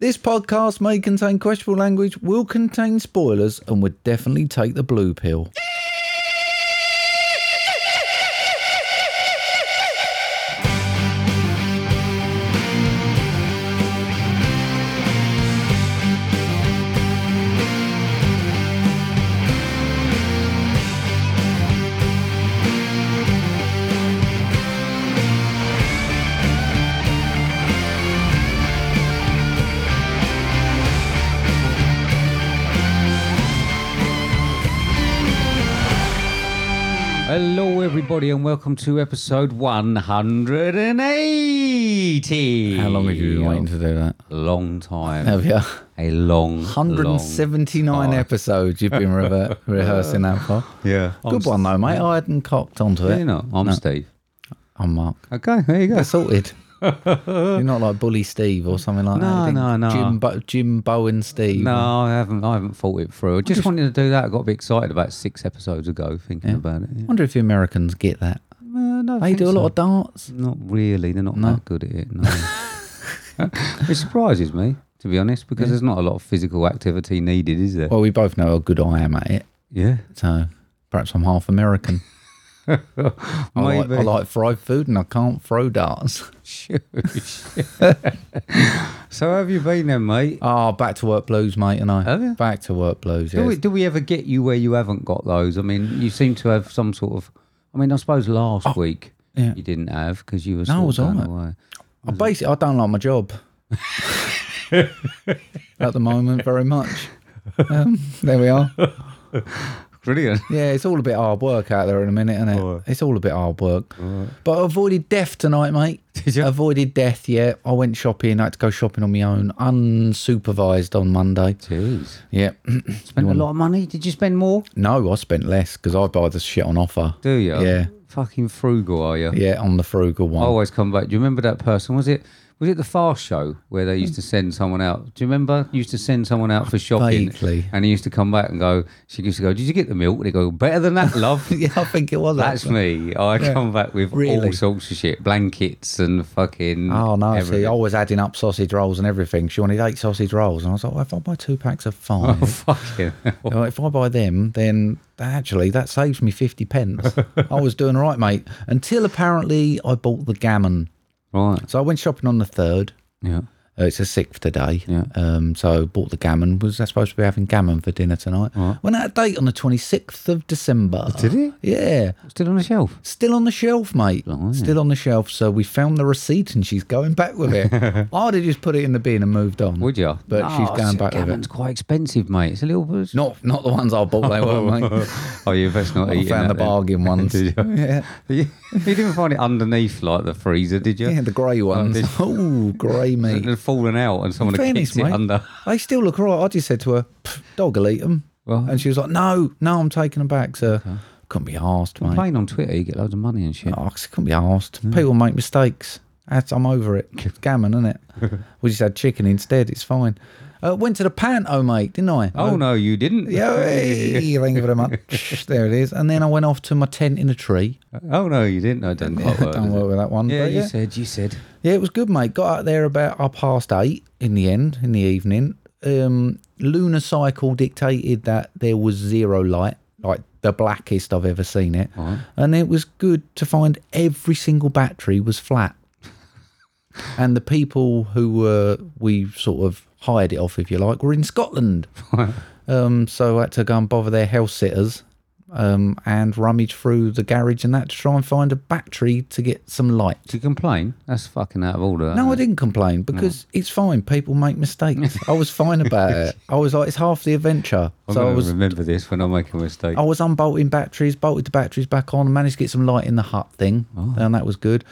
This podcast may contain questionable language, will contain spoilers, and would definitely take the blue pill. Hello, everybody, and welcome to episode 180. How long have you been waiting Uh, to do that? Long time. Have you? A long, 179 long episodes you've been rever rehearsing that for. time. Yeah. Good one, though, mate. I hadn't cocked onto You it. know, I'm Steve. I'm Mark. Okay, there you go. That's sorted. You're not like Bully Steve or something like No, that. You no, think no. Jim, Bo- Jim Bowen Steve. No, I haven't. I haven't thought it through. I just wanted to do that. I got a bit excited about six episodes ago, thinking about it. I Yeah. wonder if the Americans get that. Uh, no, I They think do a so. lot of darts. Not really. They're not that good at it. No. it surprises me, to be honest, because there's not a lot of physical activity needed, is there? Well, we both know how good I am at it. yeah. So uh, perhaps I'm half American. I, like, Maybe. I like fried food and I can't throw darts. so have you been then, mate? Oh, back to work blues, mate, and I. Have you? Back to work blues, Do yes. we, do we ever get you where you haven't got those? I mean, you seem to have some sort of. I mean, I suppose last week Oh, yeah. you didn't have because you were No, I sort was of going all right. away. I basically, I don't like my job at the moment very much. Um, there we are. Brilliant. Yeah, it's all a bit hard work out there in a minute, isn't it? Alright. It's all a bit hard work. But I avoided death tonight, mate. Did you? Avoided death, yeah. I went shopping. I had to go shopping on my own, unsupervised on Monday. Jeez. Yeah. Spent a lot of money. Did you spend more? no, I spent less because I buy the shit on offer. Do you? Yeah. Fucking frugal, are you? Yeah, on the frugal I one. always come back. Do you remember that person? Was it was it the Fast Show where they used to send someone out? Do you remember? Used to send someone out for shopping, Vaguely. and he used to come back and go. She used to go. Did you get the milk? And he go better than that, love. yeah, I think it was. That's actually. me. I come back with Really? all sorts of shit, blankets and fucking. Oh no! See, everything. I was adding up sausage rolls and everything. She wanted eight sausage rolls, and I was like, well, "If I buy two packs of five, fucking. hell. Well, if I buy them, then actually that saves me 50 pence. I was doing all right, mate, until apparently I bought the gammon. Right. So I went shopping on the 3rd. Yeah. Uh, it's a 6th today. Yeah. Um, so bought the gammon. Was I supposed to be having gammon for dinner tonight? Went out of date on the 26th of December. Did it? Yeah. Still on the shelf. Still on the shelf, mate. Blimey. Still on the shelf. So we found the receipt and she's going back with it. I'd have just put it in the bin and moved on. Would you? But she's going back with it. Gammon's Oh, quite expensive, mate. It's a little bit. Not, not the ones I bought, they were, mate. oh, you best not I eating found the that then. bargain ones. Did you? yeah. you didn't find it underneath like the freezer, did you? Yeah, the grey ones. did- Oh, grey It meat. had fallen out and someone had Fairness, kicked it mate. under. They still look right. I just said to her, "Pff, dog will eat them. Well- and she was like, no, no, I'm taking them back, sir. Couldn't be asked, mate. Playing on Twitter, you get loads of money and shit. Oh, I couldn't be asked. Mm. People make mistakes. That's- I'm over it. It's gammon, isn't it? we just had chicken instead. It's fine. Uh, went to the panto, mate, didn't I? Oh, no, you didn't. Yeah, hey, thank you very much. there it is. And then I went off to my tent in a tree. Oh no, you didn't. I didn't quite work. Don't work with that one. Oh, Yeah, but you said. You said. Yeah, it was good, mate. Got out there about half past eight in the end, in the evening. Um, lunar cycle dictated that there was zero light, like the blackest I've ever seen it. And it was good to find every single battery was flat. and the people who were, we sort of hired it off, if you like, were in Scotland. um, so I had to go and bother their house sitters. Um, and rummage through the garage and that to try and find a battery to get some light. To complain? That's fucking out of order. No, I didn't complain because it's fine. People make mistakes. I was fine about it. I was like, it's half the adventure. I'm so I gonna was, remember this when I make a mistake. I was unbolting batteries, bolted the batteries back on, managed to get some light in the hut thing, Oh. and that was good.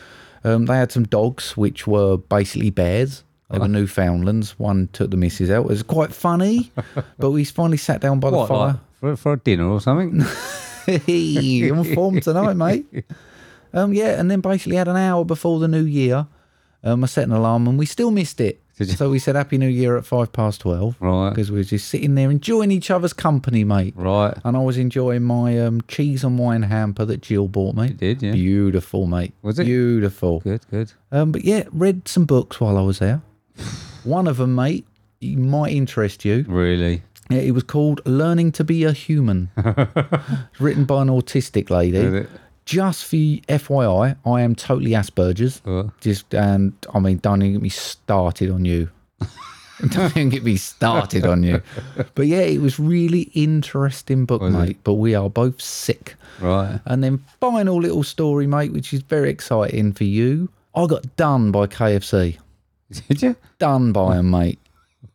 Um, they had some dogs, which were basically bears. They Uh-huh. were Newfoundlands. One took the missus out. It was quite funny, but we finally sat down by the what fire. like, for for a dinner or something? Hey, on form tonight, mate. Um, yeah, and then basically had an hour before the new year. Um, I set an alarm and we still missed it. Did you? So we said Happy New Year at five past twelve, Right. Because we were just sitting there enjoying each other's company, mate. right. And I was enjoying my um, cheese and wine hamper that Jill bought me. did, yeah. Beautiful, mate. Was it? beautiful? Good. Good. Um, but yeah, read some books while I was there. One of them, mate, it might interest you. Really? Yeah, It was called Learning to Be a Human. It's written by an autistic lady. Is it? Just for FYI, I am totally Asperger's. Oh. Just and I mean, don't even get me started on you. don't even get me started on you. But yeah, it was really interesting book, mate. But we are both sick. Right. And then final little story, mate, which is very exciting for you. I got done by KFC. Did you? Done by 'em, mate.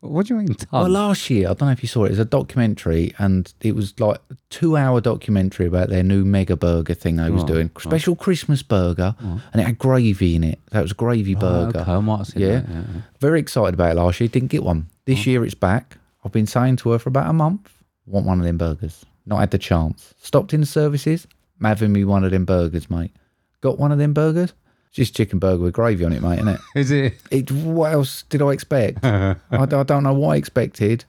What do you mean? Well, Ton? last year, I don't know if you saw it, it was a documentary and it was like a two hour documentary about their new mega burger thing they was doing. Special Christmas burger and it had gravy in it. That was a gravy burger. Okay, I might have seen Yeah. that, yeah. Very excited about it last year. Didn't get one. This year it's back. I've been saying to her for about a month, want one of them burgers. Not had the chance. Stopped in the services, I'm having me one of them burgers, mate. Got one of them burgers. It's just chicken burger with gravy on it, mate, innit? Is it? It, what else did I expect? I, d- I don't know what I expected.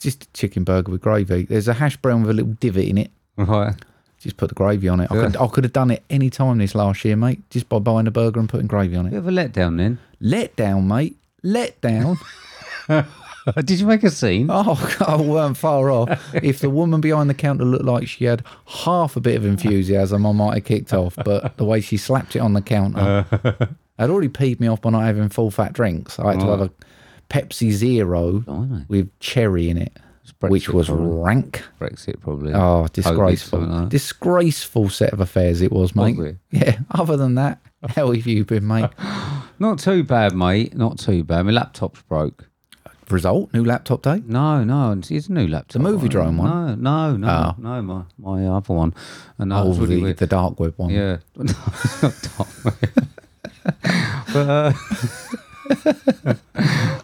Just a chicken burger with gravy. There's a hash brown with a little divot in it. Right. Just put the gravy on it. I, could, I could have done it any time this last year, mate, just by buying a burger and putting gravy on it. Bit of a letdown then. Let down, mate. Let down. Uh, Did you make a scene? Oh, God, I weren't far off. If the woman behind the counter looked like she had half a bit of enthusiasm, I might have kicked off. But the way she slapped it on the counter, Uh. I'd already peed me off by not having full fat drinks. I had to have a Pepsi Zero Blimey. with cherry in it, Brexit which was problem. rank. Brexit probably. Oh, eh? something disgraceful. like that. disgraceful set of affairs it was, mate. it? Yeah, other than that, how have you been, mate? Not too bad, mate. Not too bad. My laptop's broke. Result, new laptop day? No, no, it's, it's a new laptop. The movie I- drone one? No, no, no, no. My my other one. And that Oh, was really the, weird. the dark web one. Yeah. No, it's not Tom. but, uh,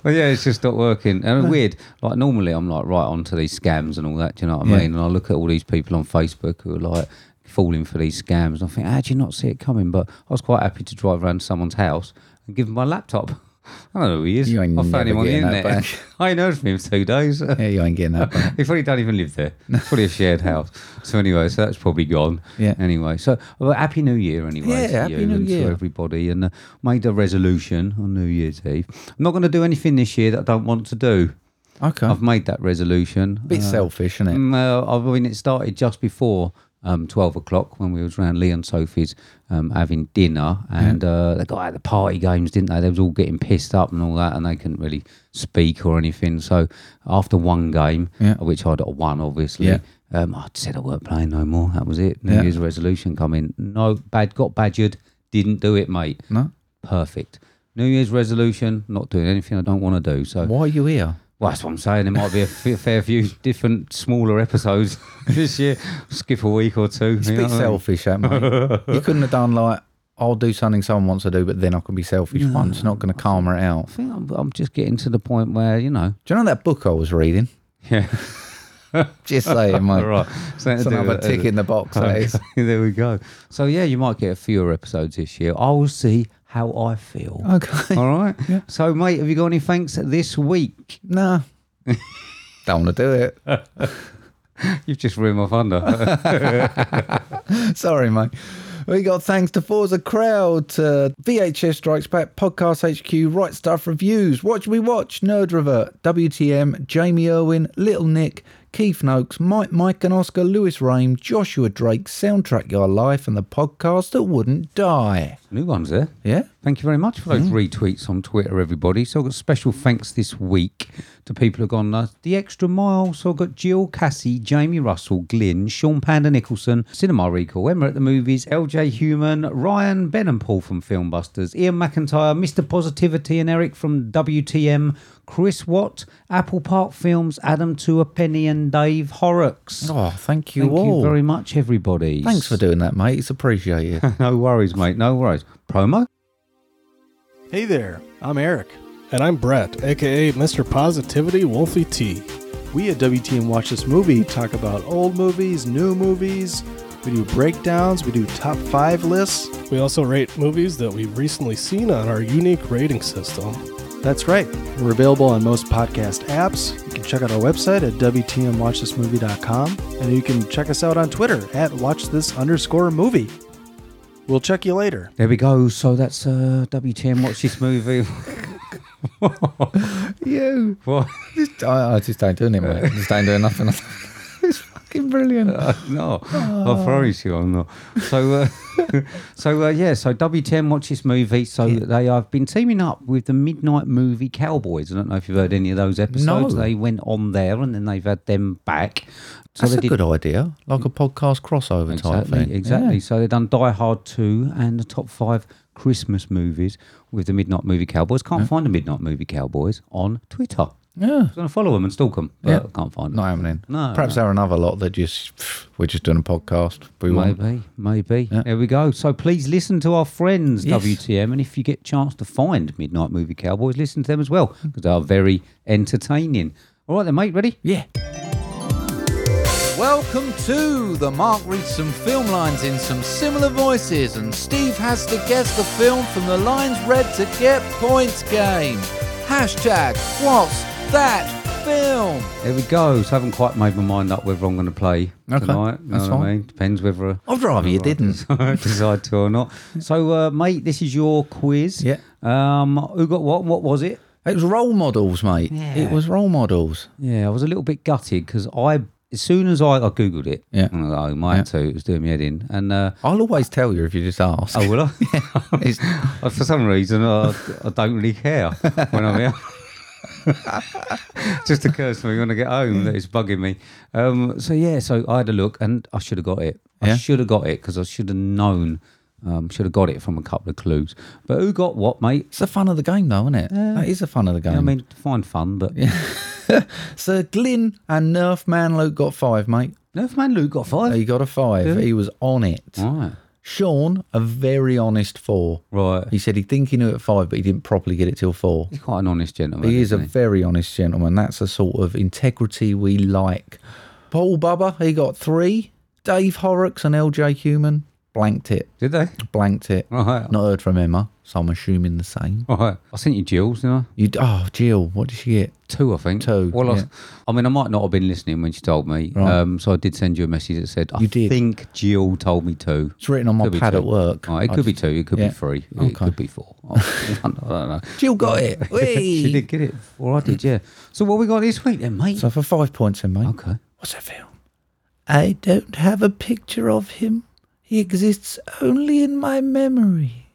but yeah, it's just not working. And weird. Like normally, I'm like right onto these scams and all that. Do you know what I Yeah. mean? And I look at all these people on Facebook who are like falling for these scams, and I think, how do you not see it coming? But I was quite happy to drive around to someone's house and give him my laptop. I don't know who he is. You ain't I found never him on the getting that internet. back. I ain't heard from him for two days. Yeah, you ain't getting that. back. He probably don't even live there. It's probably a shared house. So anyway, so that's probably gone. Yeah. Anyway, so well, happy New Year anyway. Yeah, to happy you New and Year. to everybody, and uh, made a resolution on New Year's Eve. I'm not going to do anything this year that I don't want to do. Okay. I've made that resolution. bit selfish, isn't it? Um, uh, I mean, it started just before um, twelve o'clock when we was around Lee and Sophie's um, having dinner, and uh, they got out the party games, didn't they? They was all getting pissed up and all that, and they couldn't really speak or anything. So after one game, Yeah. which I'd won, obviously. Yeah. Um, I said I weren't playing no more. That was it. New Yeah. Year's resolution come in. No, bad got badgered. Didn't do it, mate. No. Perfect. New Year's resolution. Not doing anything I don't want to do. So Why are you here? well, that's what I'm saying. There might be a f- fair few different smaller episodes this year. Skip a week or two. It's a bit selfish, that mate. you couldn't have done like I'll do something someone wants to do, but then I can be selfish once. Not going to calm her out. I think I'm, I'm just getting to the point where you know. Do you know that book I was reading? Yeah. Just saying, mate. All right. So It's another tick in the box. that is. there we go. So yeah, you might get fewer episodes this year. I will see how I feel. Okay. All right. So mate, have you got any thanks this week? Nah. Don't want to do it. You've just ruined my thunder. Sorry, mate. We got thanks to Forza Crowd, uh, to VHS Strikes Back, Podcast HQ, Right Stuff Reviews, Watch We Watch, Nerd Revert, WTM, Jamie Irwin, Little Nick, Keith Noakes, Mike, Mike and Oscar, Lewis Rame, Joshua Drake, Soundtrack Your Life, and the podcast that wouldn't die. New ones there. Yeah? Thank you very much for Mm-hmm. those retweets on Twitter, everybody. So I've got special thanks this week to people who've gone uh, the extra mile. So I've got Jill, Cassie, Jamie Russell, Glynn, Sean Panda Nicholson, Cinema Recall, Emma at the Movies, LJ Human, Ryan, Ben and Paul from Filmbusters, Ian McIntyre, Mr. Positivity and Eric from WTM, Chris Watt, Apple Park Films, Adam to a Penny and Dave Horrocks. Oh, thank you Thank all. you very much, everybody. Thanks for doing that, mate. It's appreciated. No worries, mate. No worries. Promo? Hey there, I'm Eric. And I'm Brett, aka Mr. Positivity Wolfie T. We at WTM Watch This Movie talk about old movies, new movies, we do breakdowns, we do top five lists. We also rate movies that we've recently seen on our unique rating system. That's right, we're available on most podcast apps. You can check out our website at WTMWatchThisMovie.com, and you can check us out on Twitter at Watch This underscore movie. We'll check you later. There we go. So that's uh, WTM Watch This Movie. you. What? Just, I, I just ain't doing it, mate. I just ain't doing nothing. it's fucking brilliant. no, Oh. I promise you, I'm not. So, uh, so uh, yeah. So WTM watch this movie. So they have been teaming up with the Midnight Movie Cowboys. I don't know if you've heard any of those episodes. No. They went on there, and then they've had them back. So That's they a good idea. Like a podcast crossover type Exactly, thing. exactly. So they've done Die Hard 2 and the top five Christmas movies with the Midnight Movie Cowboys. Can't find the Midnight Movie Cowboys on Twitter. I Yeah. yeah. was going to follow them and stalk them, but Yeah. I can't find them. Not happening. No, Perhaps no. there are another lot that just, pff, we're just doing a podcast. We want. Maybe, maybe. There we go. So please listen to our friends, Yes. WTM, and if you get a chance to find Midnight Movie Cowboys, listen to them as well because they are very entertaining. All right, then, mate, ready? Yeah. Welcome to the Mark reads some film lines in some similar voices, and Steve has to guess the film from the lines read to get points game. Hashtag what's that film? There we go. So I haven't quite made my mind up whether I'm going to play Okay, tonight. You know that's what I fine. mean? Depends whether. I- I'd rather you didn't. decide to or not. So, uh, mate, this is your quiz. Yeah. Um, who got what? What was it? It was role models, mate. It was role models. Yeah, I was a little bit gutted because I, as soon as I, I googled it, Yeah. and I was like, oh, my too, it was doing me head in, and uh, I'll always tell you if you just ask. oh, will I? It's- For some reason, I, I don't really care when I'm out. Just occurs to me when I get home that it's bugging me. Um, so yeah, so I had a look and I should have got it. I Yeah. should have got it because I should have known. Um, should have got it from a couple of clues. But who got what, mate? it's the fun of the game, though, isn't it? that is the fun of the game. I mean, fine fun, but so Glyn and Nerf Manlow got five, mate. Nerf Man Luke got five. He got a five. He was on it. Right, Sean, a very honest four. right. He He's said he'd think he knew it at five, but he didn't properly get it till four. quite an honest gentleman. He is a isn't very honest gentleman. That's the sort of integrity we like. Paul Bubba, he got three. Dave Horrocks and LJ Human blanked it. Did they? Blanked it. Right. Not heard from Emma, so I'm assuming the same. Right. I sent you Jill's, didn't I? You d- oh, Jill, what did she get? Two, I think. Two, Well, yeah. I, I mean, I might not have been listening when she told me. Right. Um, so I did send you a message that said, I You did. think Jill told me two. It's written on my Could be pad two. at work. Right, it I could be just- two. It could yeah. be three. It Okay. could be four. Oh, I don't know. Jill got it. she Whee! did get it. Or I did, yeah. So what we got this week then, mate? so for five points in, mate. okay. What's that film? I don't have a picture of him. He exists only in my memory.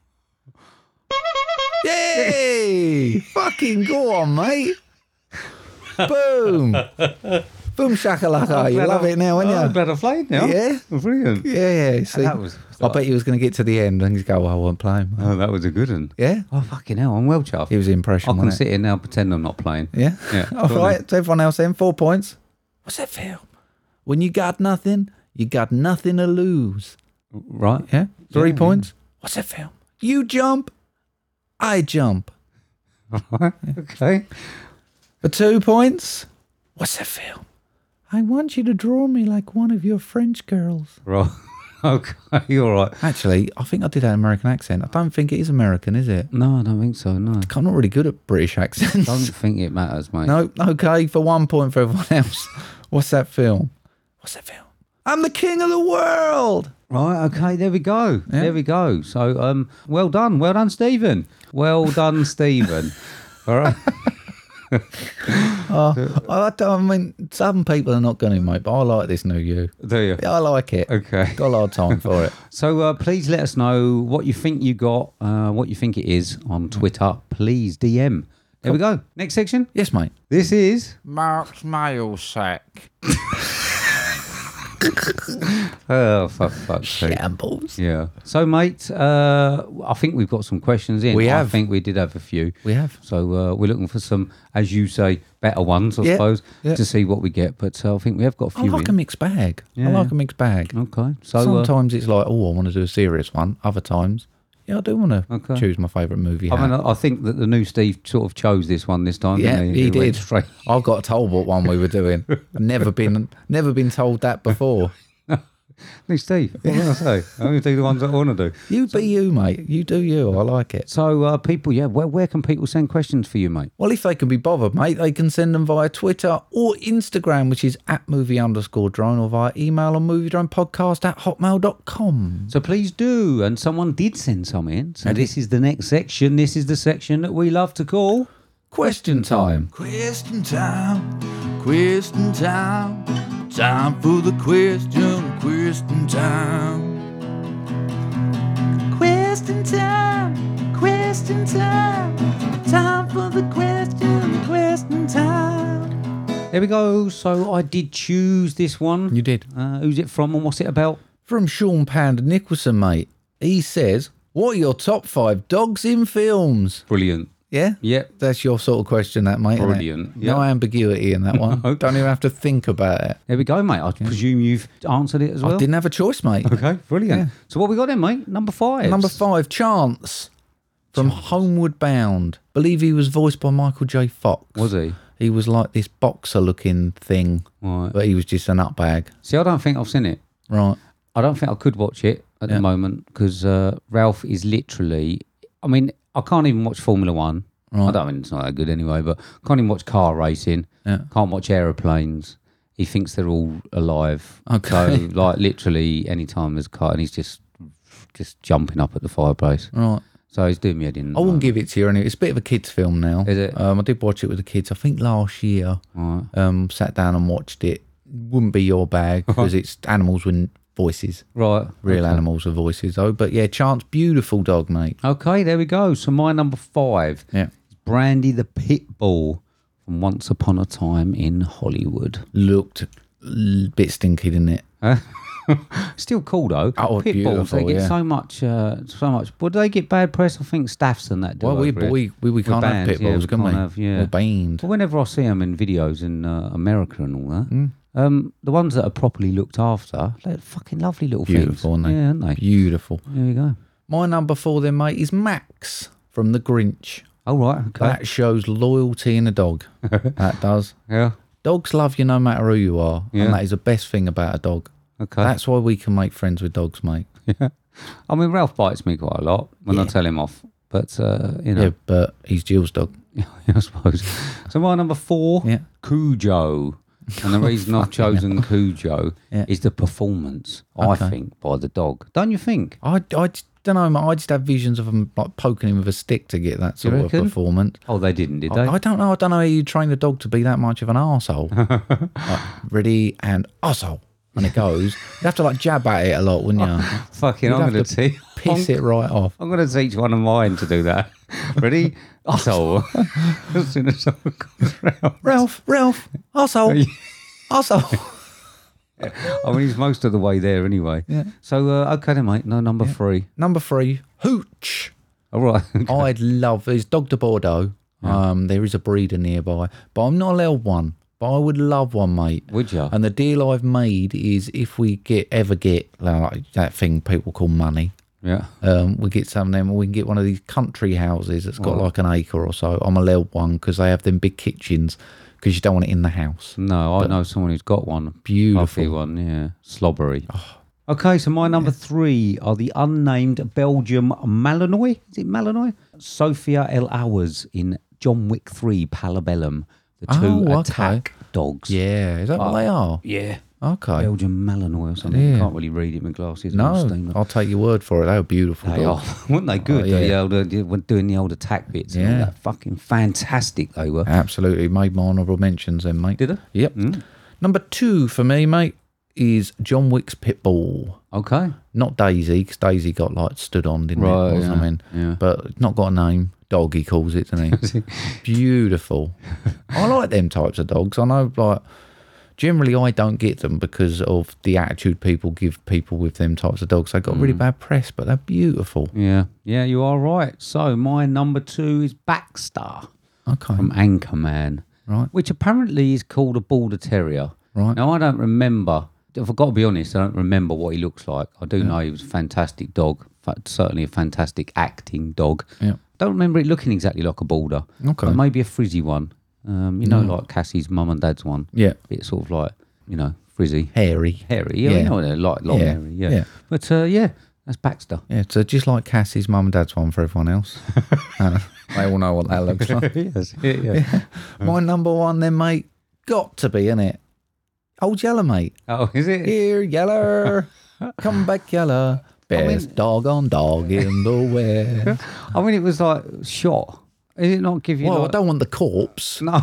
Yay! Fucking go on, mate. Boom. Boom shakalaka. You love it now, Oh, I'm ain't glad I played now. Yeah. Brilliant. you? Yeah, yeah. See, That was- I bet he was going to get to the end and he'd go, well, I won't play him. Oh, that was a good one. Yeah? Oh, fucking hell. I'm well chuffed. It was the impression, I can wasn't it? sit here now, pretend I'm not playing. Yeah? Yeah. All Go on right, to everyone else then, four points. What's that film? When you got nothing, you got nothing to lose. then. Right. Yeah. Three Yeah, points. What's that film? You jump, I jump. Okay. For two points. What's that film? I want you to draw me like one of your French girls. Right. Okay. All right. Actually, I think I did that American accent. I don't think it is American, is it? No, I don't think so. No. I'm not really good at British accents. Don't think it matters, mate. no, okay, for one point for everyone else. What's that film? What's that film? I'm the king of the world. Right. Okay. There we go. There we go. So, um, well done. Well done, Stephen. Well done, Stephen. All right. Uh, I, don't- I mean, some people are not going to, mate, but I like this new you. There you. I like it. Okay. Got a lot of time for it. So uh, please let us know what you think you got, uh, what you think it is on Twitter. Please DM. There we go. Next section. Yes, mate. This is Mark's mail sack. oh for fuck's sake. Shambles. Yeah. So, mate, uh, I think we've got some questions in. We I have. think we did have a few. We have. So uh, we're looking for some, as you say, better ones, I Yeah, suppose, yeah. to see what we get. But uh, I think we have got a I few. like a in. mixed bag. Yeah. I like a mixed bag. Okay. So uh, Sometimes it's like, oh, I want to do a serious one. Other times, yeah, I do want to Okay. choose my favourite movie. I hat. mean, I I think that the new Steve sort of chose this one this time. yeah, didn't he, went did. Straight. I've got a told what one we were doing. never been, never been told that before. New Steve. What can I say? I only do the ones that I want to do. You be you, mate. You do you. I like it. So, uh, people, yeah, where, where can people send questions for you, mate? Well, if they can be bothered, mate, they can send them via Twitter or Instagram, which is at movie underscore drone, or via email on movie drone podcast at hotmail.com. So please do. And someone did send some in. So this is the next section. This is the section that we love to call Question time. Question time, question time, time for the question, question time. Question time, question time, time for the question, question time. There we go. So I did choose this one. You did. Uh, who's it from and what's it about? From Sean Panda Nicholson, mate. He says, What are your top five dogs in films? Brilliant. Yeah? Yep. That's your sort of question, that, mate. isn't it? Brilliant, No yeah. ambiguity in that one. No. Don't even have to think about it. There we go, mate. I presume you've answered it as well. I didn't have a choice, mate. Okay, brilliant. So what we got then, mate? Number five. Number five, Chance from Homeward Bound. Believe he was voiced by Michael J. Fox. Was he? He was like this boxer looking thing, Right. but he was just a nutbag. See, I don't think I've seen it. Right. I don't think I could watch it at the Yeah. moment because uh, Ralph is literally. I mean, I can't even watch Formula One. I don't I mean it's not that good anyway, but can't even watch car racing. Yeah. Can't watch aeroplanes. He thinks they're all alive. Okay. So, like literally, any time there's a car, and he's just just jumping up at the fireplace. Right. Oh. So he's doing me a dinner. I wouldn't give it to you anyway. It's a bit of a kids' film now. Is it? Um, I did watch it with the kids. I think last year. Right. Um, sat down and watched it. Wouldn't be your bag because it's animals with voices. Right. Real animals with voices though. But yeah, Chance, beautiful dog, mate. Okay, there we go. So my number five Yeah. is Brandy the Pit Bull from Once Upon a Time in Hollywood. Looked a bit stinky, didn't it? Still cool though. Oh, Pit bulls, beautiful, they get yeah. so much, uh, so much. Well, do they get bad press? I think staffs and that do. Well, we, over it. we, we, we We're can't banned, have pit yeah, bulls, we can we? can't have, yeah. We're banned. But whenever I see them in videos in uh, America and all that, Hmm. um, the ones that are properly looked after, they're fucking lovely little Beautiful, things. aren't they? Yeah, aren't they? Beautiful. There you go. My number four then, mate, is Max from The Grinch. All right. Okay. That shows loyalty in a dog. that does. yeah. Dogs love you no matter who you are, Yeah. and that is the best thing about a dog. Okay. That's why we can make friends with dogs, mate. I mean, Ralph bites me quite a lot when I tell him off, but uh, you know. Yeah, but he's Jill's dog. Yeah, I suppose. So my number four, Yeah. Oh, Cujo. And the reason I've chosen Cujo Yeah. is the performance, I think, by the dog. Don't you think? I, I don't know, mate. I just have visions of him like poking him with a stick to get that sort of reckon? performance. Oh, they didn't, did they? I, I don't know. I don't know how you train a dog to be that much of an asshole. ready and asshole, and it goes. You'd have to like jab at it a lot, wouldn't you? Fucking, You'd I'm have going to to teach. Piss it right off. I'm going to teach one of mine to do that. Ready? Asshole. as soon as someone comes round. Ralph, Ralph, asshole, asshole. I mean, he's most of the way there anyway. Yeah. So, uh, okay then, mate. No, number three. Number three, Hooch. All right. I'd love it's Dog de Bordeaux. Um, there is a breeder nearby, but I'm not allowed one. But I would love one, mate. Would ya? And the deal I've made is if we get ever get like that thing people call money, yeah. um, we get some of them. We can get one of these country houses that's got like an acre or so. I'm allowed one because they have them big kitchens because you don't want it in the house. No, I know someone who's got one. Lovely Beautiful. one, yeah. Slobbery. Okay, so my number three are the unnamed Belgium Malinois. Is it Malinois? Sophia El Hours in John Wick 3 Palabellum. The two Oh, okay. attack dogs. Yeah, is that what they are? Ah. Yeah. Okay. Belgium Malinois or something. Yeah. Can't really read it with glasses. and all no, steam. I'll take your word for it. They were beautiful. They are. dogs. Weren't they good? Oh, yeah. the old, uh, the- when doing the old attack bits. Yeah. And all Yeah. that. Fucking fantastic they were. Absolutely. Made my honourable mentions then, mate. Did Hmm. they? Yep. Number two for me, mate, is John Wick's Pitbull. Okay. Not Daisy, because Daisy got like stood on, didn't Right, it? Or yeah, something. yeah. But it's not got a name. Dog, he calls it, doesn't he? Beautiful. I like them types of dogs. I know, like, generally I don't get them because of the attitude people give people with them types of dogs. They got Hmm. really bad press, but they're beautiful. Yeah. Yeah, you are right. So my number two is Baxter. Okay. from Anchorman, Right. Which apparently is called a Border Terrier. Right. Now I don't remember. If I've got to be honest, I don't remember what he looks like. I do know he was a fantastic dog, fa- certainly a fantastic acting dog. Yeah. Don't remember it looking exactly like a Border. Okay. But maybe a frizzy one. Um, you know, like Cassie's mum and dad's one. Yeah. It's sort of like you know frizzy, Hairy. hairy. Yeah. You Yeah. know, they're like long Yeah. hairy. Yeah. Yeah. But uh, yeah, that's Baxter. Yeah, so just like Cassie's mum and dad's one for everyone else. Uh, they all know what that looks like. yes. Yeah, yeah. My number one then, mate, got to be, innit? Old Yeller, mate. oh, is it? Here, Yeller. Come back, Yeller. Best dog on dog in the West. I mean, it was like shot Is it not give you? well, I like- don't want the corpse. No.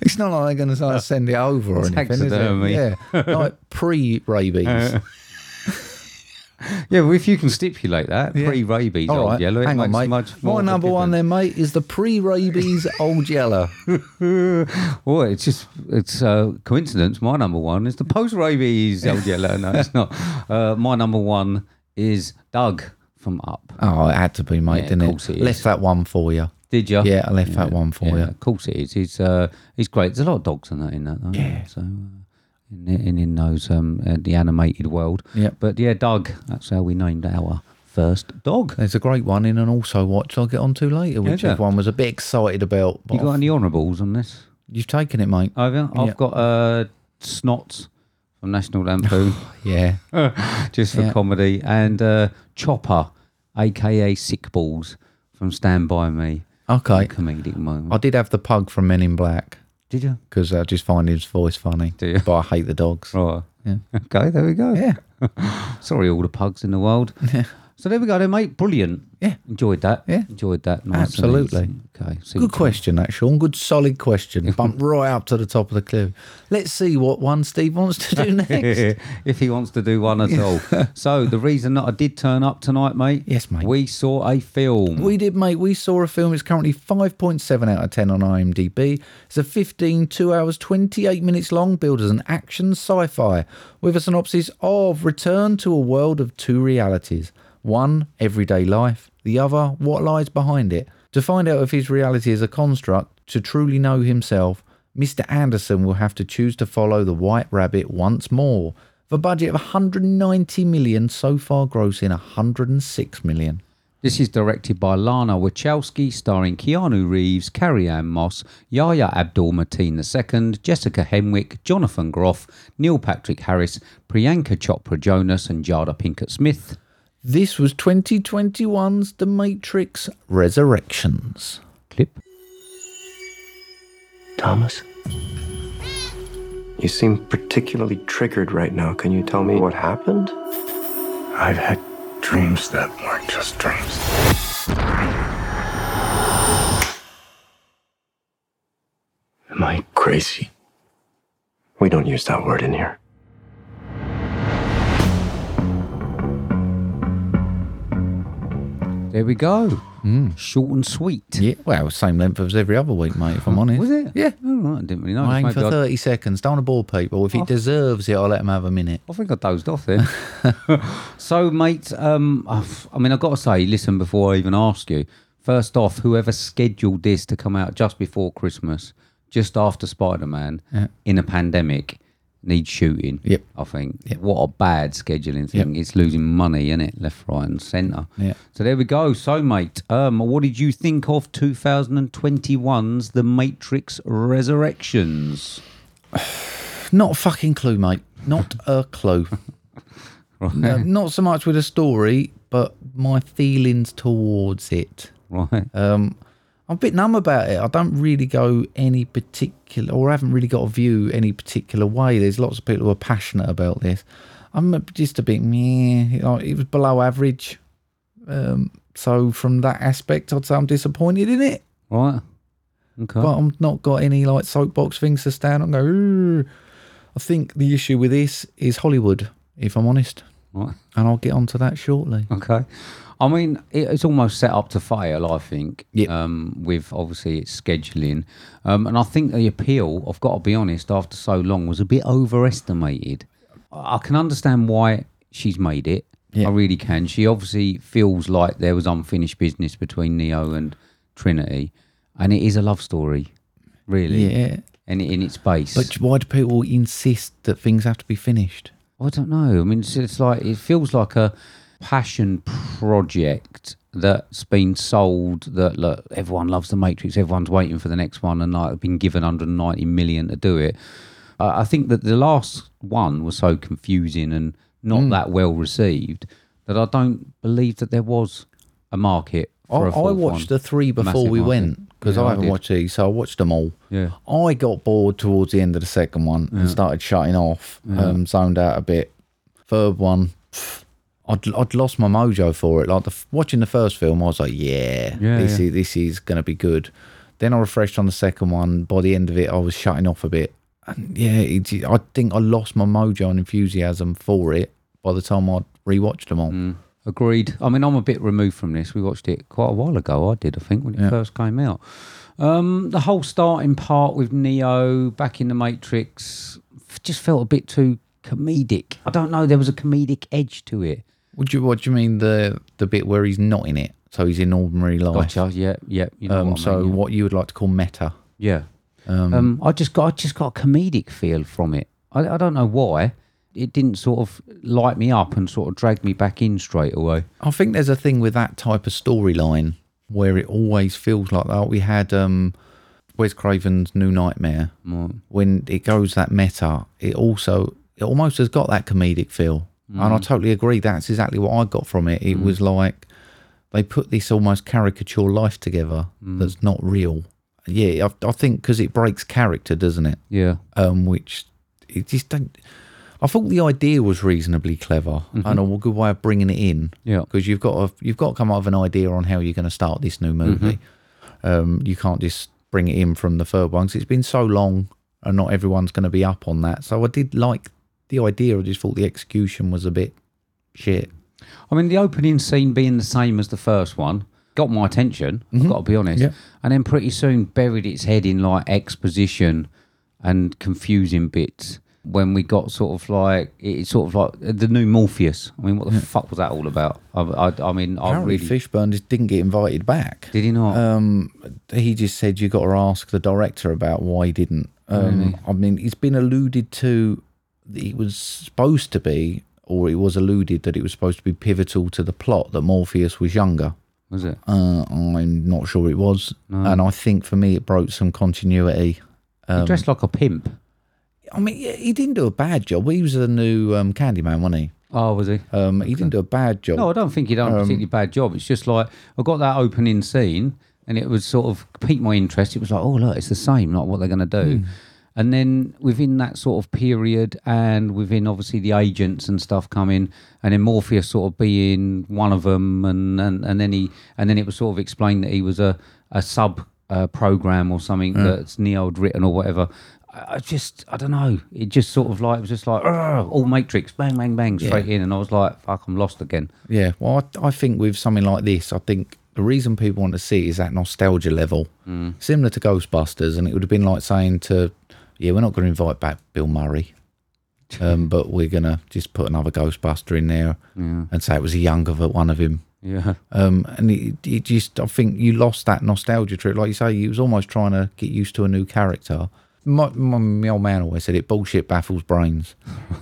It's not like they're going to send it over or Oh. It's anything, is taxidermy. it? Yeah, like pre-rabies. Uh, yeah, well, if you can stipulate that Yeah. pre-rabies All old right, yellow, it hang on, makes mate. much more My of a number one, difference. then, mate, is the pre-rabies old yeller. Well, it's just it's a coincidence. My number one is the post rabies old yellow. No, it's not. Uh, my number one is Doug from Up. Oh, it had to be, mate, Yeah, didn't of it? course it is. Left that one for you. Did you? Yeah, I left that one for yeah, you. Of course it is. It's uh, it's great. There's a lot of dogs in that in that. Though, yeah. So. Uh, in, in, in those um uh, the animated world Yep. but yeah Doug that's how we named our first dog There's a great one in an also watch I'll get on to later, which Is there? everyone was a bit excited about. But you got I've- any honourables on this you've taken it, mate. I've, Oh, I've Yeah. got uh Snot from National Lampoon Yeah. just for Yeah. comedy, and uh, Chopper, aka Sick Balls from Stand By Me, Okay. comedic moment. I did have the pug from Men in Black did you? because I just find his voice funny. Do you? But I hate the dogs. Right. Yeah. Okay, there we go. Yeah. Sorry, all the pugs in the world. so there we go, then, mate. Brilliant. Yeah. Enjoyed that. Yeah. Enjoyed that. Nice and Absolutely. easy. Okay. see you Good question, that Sean. Good solid question. Bumped right up to the top of the cliff. Let's see what one Steve wants to do next. if he wants to do one at all. so the reason that I did turn up tonight, mate. Yes, mate. We saw a film. We did, mate. We saw a film. It's currently 5.7 out of 10 on IMDb. It's a 15, 2 hours, 28 minutes long build as an action sci fi with a synopsis of Return to a World of Two Realities. One, everyday life. The other, what lies behind it. To find out if his reality is a construct, to truly know himself, Mr. Anderson will have to choose to follow the White Rabbit once more. The budget of 190 million, so far grossing 106 million. This is directed by Lana Wachowski, starring Keanu Reeves, Carrie Ann Moss, Yahya Abdul Mateen II, Jessica Henwick, Jonathan Groff, Neil Patrick Harris, Priyanka Chopra Jonas, and Jada Pinkett Smith. This was 2021's The Matrix Resurrections. Clip. Thomas? You seem particularly triggered right now. Can you tell me what happened? I've had dreams that weren't just dreams. Am I crazy? We don't use that word in here. There we go. Short and sweet. Hmm. Yeah, well, same length as every other week, mate, if I'm honest. Was it? Oh, Yeah. All right, I didn't really know. I aim Maybe for I- 30 seconds. Don't want to bore people. Oh. If he deserves it, I'll let him have a minute. I think I dozed off then. so, mate, um, I've- I mean, I've got to say, listen, before I even ask you, first off, whoever scheduled this to come out just before Christmas, just after Spider Man, in a pandemic, needs shooting. Yep. I think. What a bad scheduling thing. It's losing money, in it? Left, right, and centre. Yeah. So, there we go. So, mate, um, what did you think of 2021's The Matrix Resurrections? Not a fucking clue, mate. Not a clue. Right. No, not so much with the story, but my feelings towards it. Right. Um, I'm a bit numb about it. I don't really go any particular, or haven't really got a view any particular way. There's lots of people who are passionate about this. I'm a- just a bit meh. You know, it was below average. Um, so from that aspect, I'd say I'm disappointed in it. Right. Okay. But I'm not got any like soapbox things to stand on. and Go. Ooh. I think the issue with this is Hollywood, if I'm honest, right. and I'll get onto that shortly. Okay. I mean, it- it's almost set up to fail, I think, Yep. um, with obviously its scheduling. Um, and I think the appeal, I've got to be honest, after so long, was a bit overestimated. I I can understand why she's made it. Yeah. I really can. She obviously feels like there was unfinished business between Neo and Trinity. And it is a love story, really. Yeah, And in its base. but why do people insist that things have to be finished? I don't know. I mean, it's, it's like it feels like a passion project that's been sold. That look, everyone loves the Matrix. Everyone's waiting for the next one, and like been given 190 million to do it. I I think that the last one was so confusing and not Hmm. that well received that I don't believe that there was a market. I, For a I fourth watched one. the three before Massive we market. went because Yeah, I I haven't did. watched these, so I watched them all. Yeah. I got bored towards the end of the second one and started shutting off, um, zoned out a bit. Third one, pff, I'd, I'd lost my mojo for it. Like the, f- watching the first film, I was like, yeah, Yeah, this yeah. is this is gonna be good. Then I refreshed on the second one. By the end of it, I was shutting off a bit. And yeah, it, I think I lost my mojo and enthusiasm for it by the time I rewatched them Hmm. all. Agreed. I mean, I'm a bit removed from this. We watched it quite a while ago. I did, I think, when it first came out. Um, the whole starting part with Neo back in the Matrix f- just felt a bit too comedic. I don't know. There was a comedic edge to it. What do you What do you mean the the bit where he's not in it? So he's in ordinary life. Gotcha. Yeah. Yeah. You know Um, what I so mean, what you would like to call meta? yeah. Yeah. Um, I just got I just got a comedic feel from it. I, I don't know why. It didn't sort of light me up and sort of drag me back in straight away. I think there's a thing with that type of storyline where it always feels like that. We had um, Wes Craven's New Nightmare. When it goes that meta, it also it almost has got that comedic feel, and I Mm. totally agree. That's exactly what I got from it. It was like they put this almost caricature life together Mm. that's not real. Yeah, I, I think because it breaks character, doesn't it? Yeah. um, which it just don't. I thought the idea was reasonably clever Mm-hmm. and a good way of bringing it in. Yeah. because you've got to, you've got to come up with an idea on how you're going to start this new movie. Mm-hmm. Um, you can't just bring it in from the third one 'cause it's been so long and not everyone's going to be up on that. So I did like the idea. I just thought the execution was a bit shit. I mean, the opening scene being the same as the first one got my attention. I've got to be honest. Mm-hmm. Yeah. And then pretty soon buried its head in like exposition and confusing bits. When we got sort of like it's sort of like the new Morpheus. I mean, what the fuck was that all about? I, I, I mean, I Apparently, really Fishburne just didn't get invited back. did he not? um, he just said you got to ask the director about why he didn't. Um, I mean, it's been alluded to that it was supposed to be, or it was alluded that it was supposed to be pivotal to the plot that Morpheus was younger. was it? Uh, I'm not sure it was, and I think for me it broke some continuity. um, he dressed like a pimp. I mean, yeah, he didn't do a bad job. He was the new um, Candyman, wasn't he? Oh, was he? Um, he didn't do a bad job. No, I don't think he done a particularly bad job. It's just like I got that opening scene, and it was sort of piqued my interest. It was like, oh look, it's the same, not what they're going to do. And then within that sort of period, and within obviously the agents and stuff coming, and then Morpheus sort of being one of them, and and, and then he and then it was sort of explained that he was a a sub uh, program or something that's Neo had written or whatever. I I just, I don't know. It just sort of like, it was just like, "Ugh," all Matrix, bang, bang, bang, straight in. And I was like, fuck, I'm lost again. Yeah, well, I, I think with something like this, I think the reason people want to see it is that nostalgia level, similar to Ghostbusters, and it would have been like saying to, yeah, we're not going to invite back Bill Murray, um, but we're going to just put another Ghostbuster in there and say it was a younger ver- one of him. Yeah. Um, and it, it just, I think you lost that nostalgia trip. Like you say, you was almost trying to get used to a new character. My, my, my old man always said it bullshit baffles brains.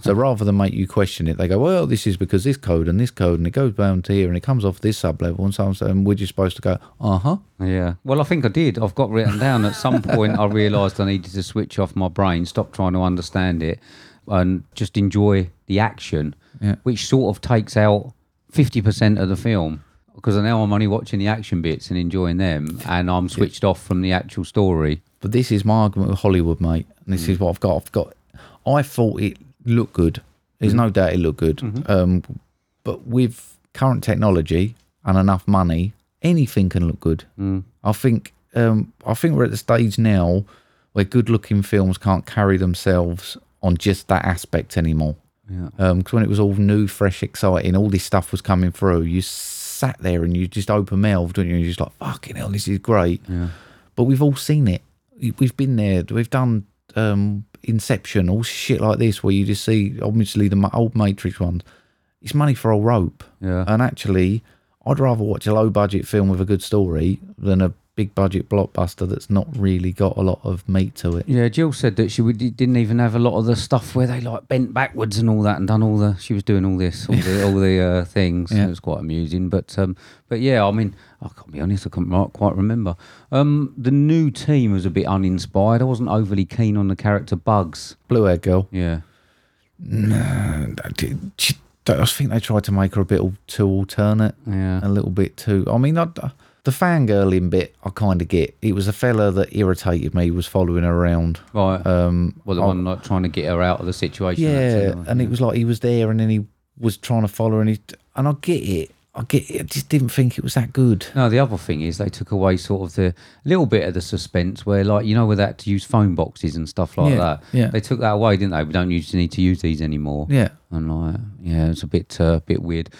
so rather than make you question it, they go, well, this is because this code and this code, and it goes down to here, and it comes off this sub level, and so on. So, and we're just supposed to go, uh huh. Yeah. Well, I think I did. I've got written down at some point I realised I needed to switch off my brain, stop trying to understand it, and just enjoy the action, Yeah. which sort of takes out 50% of the film. Because now I'm only watching the action bits and enjoying them, and I'm switched off from the actual story. But this is my argument with Hollywood, mate. And this is what I've got. I've got. I thought it looked good. There's no doubt it looked good. Um, but with current technology and enough money, anything can look good. I think. Um, I think we're at the stage now where good-looking films can't carry themselves on just that aspect anymore. Because Um, when it was all new, fresh, exciting, all this stuff was coming through. You sat there and you just open mouthed, don't you? You're just like, "Fucking hell, this is great." but we've all seen it. We- We've been there. We've done um, Inception, all shit like this, where you just see obviously the ma- old Matrix ones. It's money for old rope. Yeah. And actually, I'd rather watch a low budget film with a good story than a big budget blockbuster that's not really got a lot of meat to it. Yeah, Jill said that she would, didn't even have a lot of the stuff where they like bent backwards and all that, and done all the. She was doing all this, all the, all the uh, things. It was quite amusing, but um, but yeah, I mean, I can't be honest, I can't ri- quite remember. Um, the new team was a bit uninspired. I wasn't overly keen on the character Bugs. Blue Hair Girl. Yeah, And I did- she- I think they tried to make her a bit al- too alternate. yeah, a little bit too. I mean, I, the fangirling bit I kind of get. It was a fella that irritated me was following her around. right. Um, well, the I- one like trying to get her out of the situation. yeah, that's it, and it was like he was there, and then he was trying to follow, her and he. and I get it. I get it. I just didn't think it was that good. No, the other thing is they took away sort of the little bit of the suspense where, like, you know, with that to use phone boxes and stuff like Yeah, that. yeah. They took that away, didn't they? We don't use, need to use these anymore. Yeah. And like, yeah, it's a bit, uh, bit weird.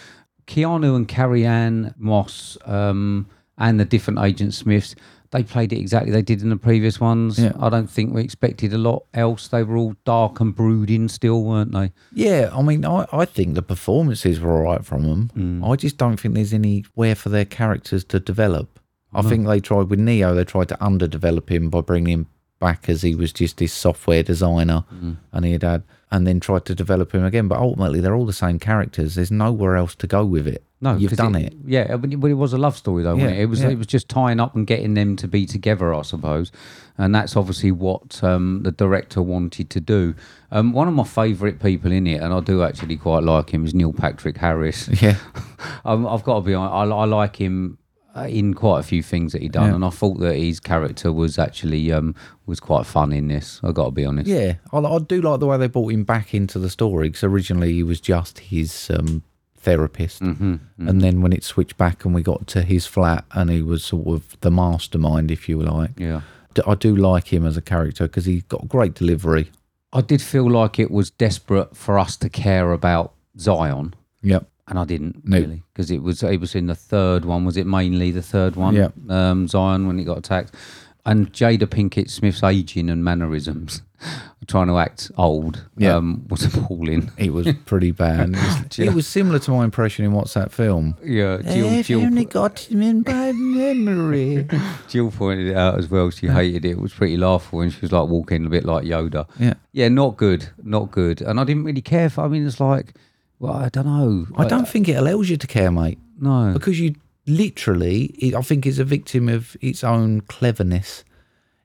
Keanu and Carrie Ann Moss um, and the different Agent Smiths, they played it exactly they did in the previous ones. Yeah. I don't think we expected a lot else. They were all dark and brooding still, weren't they? Yeah, I mean, I, I think the performances were all right from them. Mm. I just don't think there's anywhere for their characters to develop. I think they tried with Neo, they tried to underdevelop him by bringing him back as he was just this software designer Mm. and he had had, and then tried to develop him again. But ultimately, they're all the same characters. There's nowhere else to go with it. No, You've 'cause done it. Yeah, uh, but it, but it was a love story though, wasn't Yeah, it? It was yeah. it was just tying up and getting them to be together, I suppose, and that's obviously what um, the director wanted to do. Um, one of my favourite people in it, and I do actually quite like him, is Neil Patrick Harris. Yeah. um, I've got to be honest, I, I like him uh, in quite a few things that he done, Yeah. and I thought that his character was actually um, was quite fun in this. I got to be honest. Yeah, I, I do like the way they brought him back into the story because originally he was just his um, therapist, and then when it switched back and we got to his flat and he was sort of the mastermind, if you like. Yeah. D- I do like him as a character because he's got great delivery. I did feel like it was desperate for us to care about Zion. Yep. and I didn't No. really because it was it was in the third one. Was it mainly the third one? Yeah. Um, Zion when he got attacked, and Jada Pinkett Smith's aging and mannerisms, trying to act old, Yeah. um, was appalling. It was pretty bad. It was, it was similar to my impression in what's that film. Yeah, Jill, I've Jill, only got him in my memory. Jill pointed it out as well. She hated it. It was pretty laughable, and she was like walking a bit like Yoda. Yeah. yeah, not good, not good. And I didn't really care for. I mean, it's like, well, I don't know. I don't think it allows you to care, mate, no. because you literally, it, I think, is a victim of its own cleverness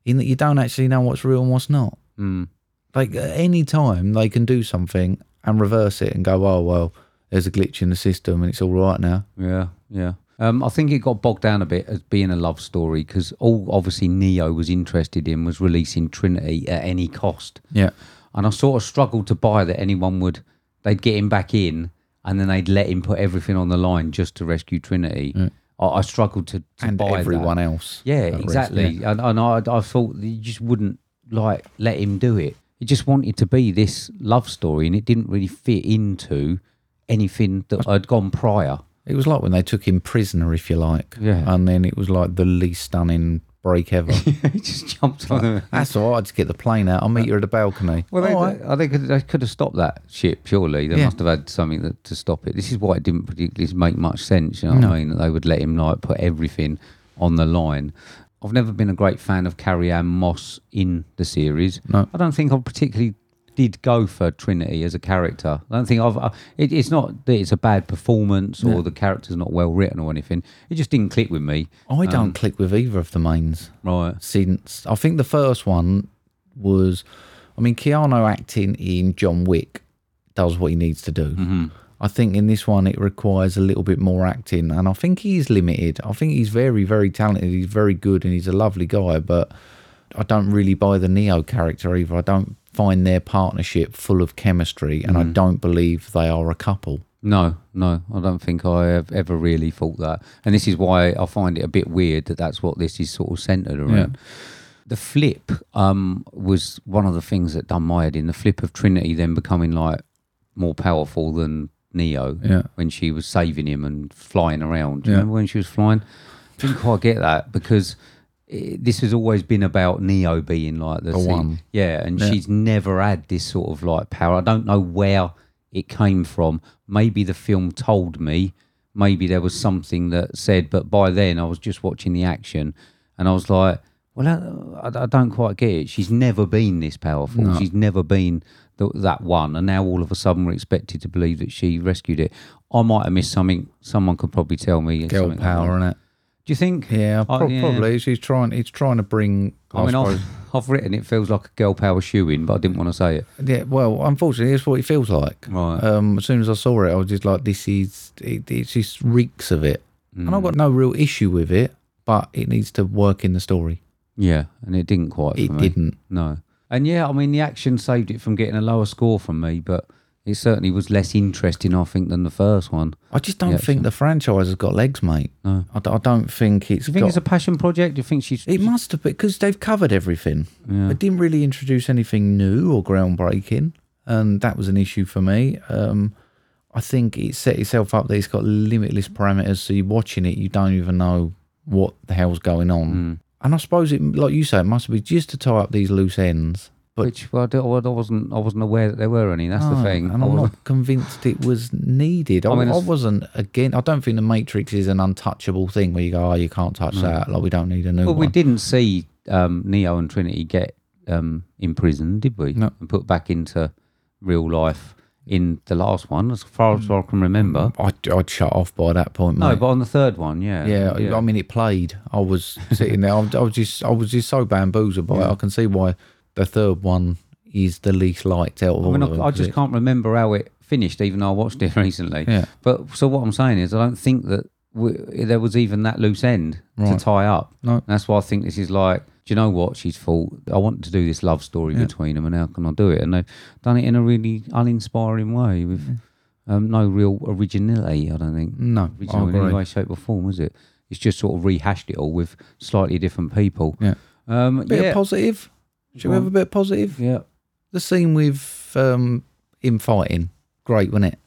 in that you don't actually know what's real and what's not. Mm. Like, at any time, they can do something and reverse it and go, oh, well, there's a glitch in the system and it's all right now. Yeah, yeah. Um, I think it got bogged down a bit as being a love story because all obviously Neo was interested in was releasing Trinity at any cost, Yeah. and I sort of struggled to buy that anyone would they'd get him back in and then they'd let him put everything on the line just to rescue Trinity. I, I struggled to, to And buy that. everyone else. Yeah, at risk, exactly. yeah. And, and I, I thought that you just wouldn't like let him do it. It just wanted to be this love story, and it didn't really fit into anything that had gone prior. It was like when they took him prisoner, if you like. Yeah. And then it was like the least stunning break ever. he just jumped on them. That's all right. Just get the plane out. I'll meet you at the balcony. Well, All they, oh, right. they, could, they could have stopped that ship, surely. They Yeah. must have had something that, to stop it. This is why it didn't particularly make much sense, you know what I mean? That they would let him like put everything on the line. I've never been a great fan of Carrie Ann Moss in the series. No. I don't think I particularly did go for Trinity as a character. I don't think I've. I, it, it's not that it's a bad performance or the character's not well written or anything. It just didn't click with me. I Um, don't click with either of the mains. Right. since I think the first one was, I mean, Keanu acting in John Wick does what he needs to do. I think in this one it requires a little bit more acting, and I think he's limited. I think he's very, very talented. He's very good, and he's a lovely guy. But I don't really buy the Neo character either. I don't find their partnership full of chemistry, and I don't believe they are a couple. No, no, I don't think I have ever really thought that. And this is why I find it a bit weird that that's what this is sort of centered around. The flip um, was one of the things that done my head in. The flip of Trinity then becoming like more powerful than Neo Yeah. when she was saving him and flying around. Do you remember when she was flying? Didn't quite get that because it, this has always been about Neo being like the, thing. one. Yeah, and she's never had this sort of like power. I don't know where it came from. Maybe the film told me. Maybe there was something that said, but by then I was just watching the action and I was like, well, I, I don't quite get it. She's never been this powerful. She's never been th- that one. And now all of a sudden we're expected to believe that she rescued it. I might have missed something. Someone could probably tell me. Girl something like that. power, and it. Do you think? Yeah, I- prob- probably. She's trying. He's trying to bring. Oh, I mean, suppose- I've, I've written it feels like a girl power shoe in, but I didn't want to say it. Yeah, well, unfortunately, that's what it feels like. Right. Um, as soon as I saw it, I was just like, "This is it, it just reeks of it," and I've Mm. got no real issue with it, but it needs to work in the story. Yeah, and it didn't quite. for It me. didn't. No, and yeah, I mean the action saved it from getting a lower score from me, but It certainly was less interesting, I think, than the first one. I just don't Yeah, think the franchise has got legs, mate. No. I, d- I don't think it's Do you think got- it's a passion project? Do you think she's It must have because they've covered everything. It didn't really introduce anything new or groundbreaking, and that was an issue for me. Um, I think it set itself up that it's got limitless parameters, so you're watching it, you don't even know what the hell's going on. Hmm. And I suppose it, like you say, it must be just to tie up these loose ends. But Which well, I, don't- I wasn't. I wasn't aware that there were any. That's No, the thing. and I I'm wasn't- not convinced it was needed. I, I mean, I it's- wasn't again. I don't think the Matrix is an untouchable thing where you go, oh, you can't touch that. Like we don't need a new Well, one. we didn't see um, Neo and Trinity get um, imprisoned, did we? No. And put back into real life in the last one, as far as I can remember. I'd, I'd shut off by that point. No, mate. but on the third one, yeah. Yeah, I mean, it played. I was sitting there. I was, I was just, I was just so bamboozled by it. I can see why the third one is the least liked out of I, all mean, of them. I, I 'cause just it- can't remember how it finished, even though I watched it recently. Yeah. But so what I'm saying is, I don't think that we, there was even that loose end Right. to tie up. No. That's why I think this is like, do you know what? She's thought, I want to do this love story between them, and how can I do it? And they've done it in a really uninspiring way with um, no real originality, I don't think. No, Mm. I Original in any agree. way, shape, or form, is it? It's just sort of rehashed it all with slightly different people. Yeah. Um, Bit yeah. of positive. Should we Go on. have a bit of positive? yeah. The scene with um, him fighting, great, wasn't it?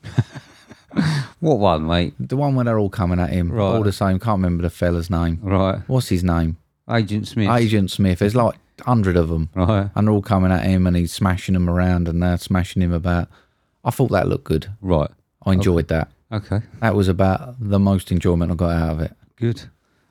What one, mate? The one where they're all coming at him, Right. all the same. Can't remember the fella's name. Right. What's his name? Agent Smith. Agent Smith. There's like hundred of them, Right. and they're all coming at him, and he's smashing them around, and they're smashing him about. I thought that looked good. Right. I enjoyed that. Okay. That was about the most enjoyment I got out of it. Good.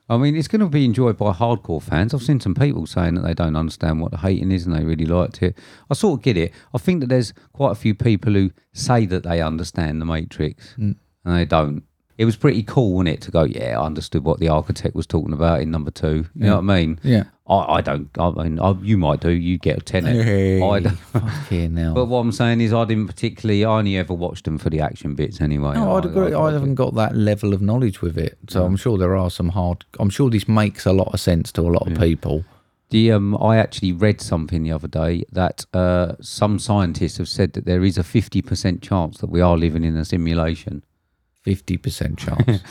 I mean, it's going to be enjoyed by hardcore fans. I've seen some people saying that they don't understand what the hating is and they really liked it. I sort of get it. I think that there's quite a few people who say that they understand the Matrix Mm. and they don't. It was pretty cool, wasn't it, to go, yeah, I understood what the architect was talking about in number two. You know what I mean? Yeah. I, I don't, I mean, I, you might do, you get a tenant. I don't. Fucking hell. But what I'm saying is, I didn't particularly, I only ever watched them for the action bits anyway. no, Oh, I'd agree. I, liked it. haven't got that level of knowledge with it, so I'm sure there are some hard. I'm sure this makes a lot of sense to a lot of people. The um, I actually read something the other day that uh, some scientists have said that there is a fifty percent chance that we are living in a simulation. Fifty percent chance.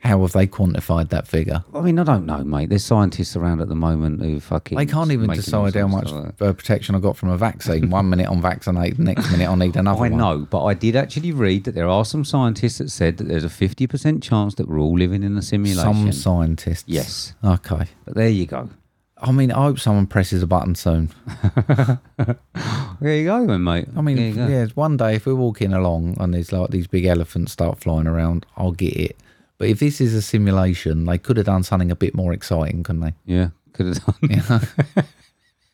How have they quantified that figure? I mean, I don't know, mate. There's scientists around at the moment who fucking They can't even making decide how all much sorts of stuff. uh, protection I got from a vaccine. one minute I'm vaccinated, next minute I need another I one. know, but I did actually read that there are some scientists that said that there's a fifty percent chance that we're all living in a Some simulation. scientists. Yes. Okay. but there you go. I mean, I hope someone presses a button soon. There you go, then, mate. I mean, There you go. yeah, one day if we're walking along and there's like these big elephants start flying around, I'll get it. But if this is a simulation, they could have done something a bit more exciting, couldn't they? Yeah, could have done.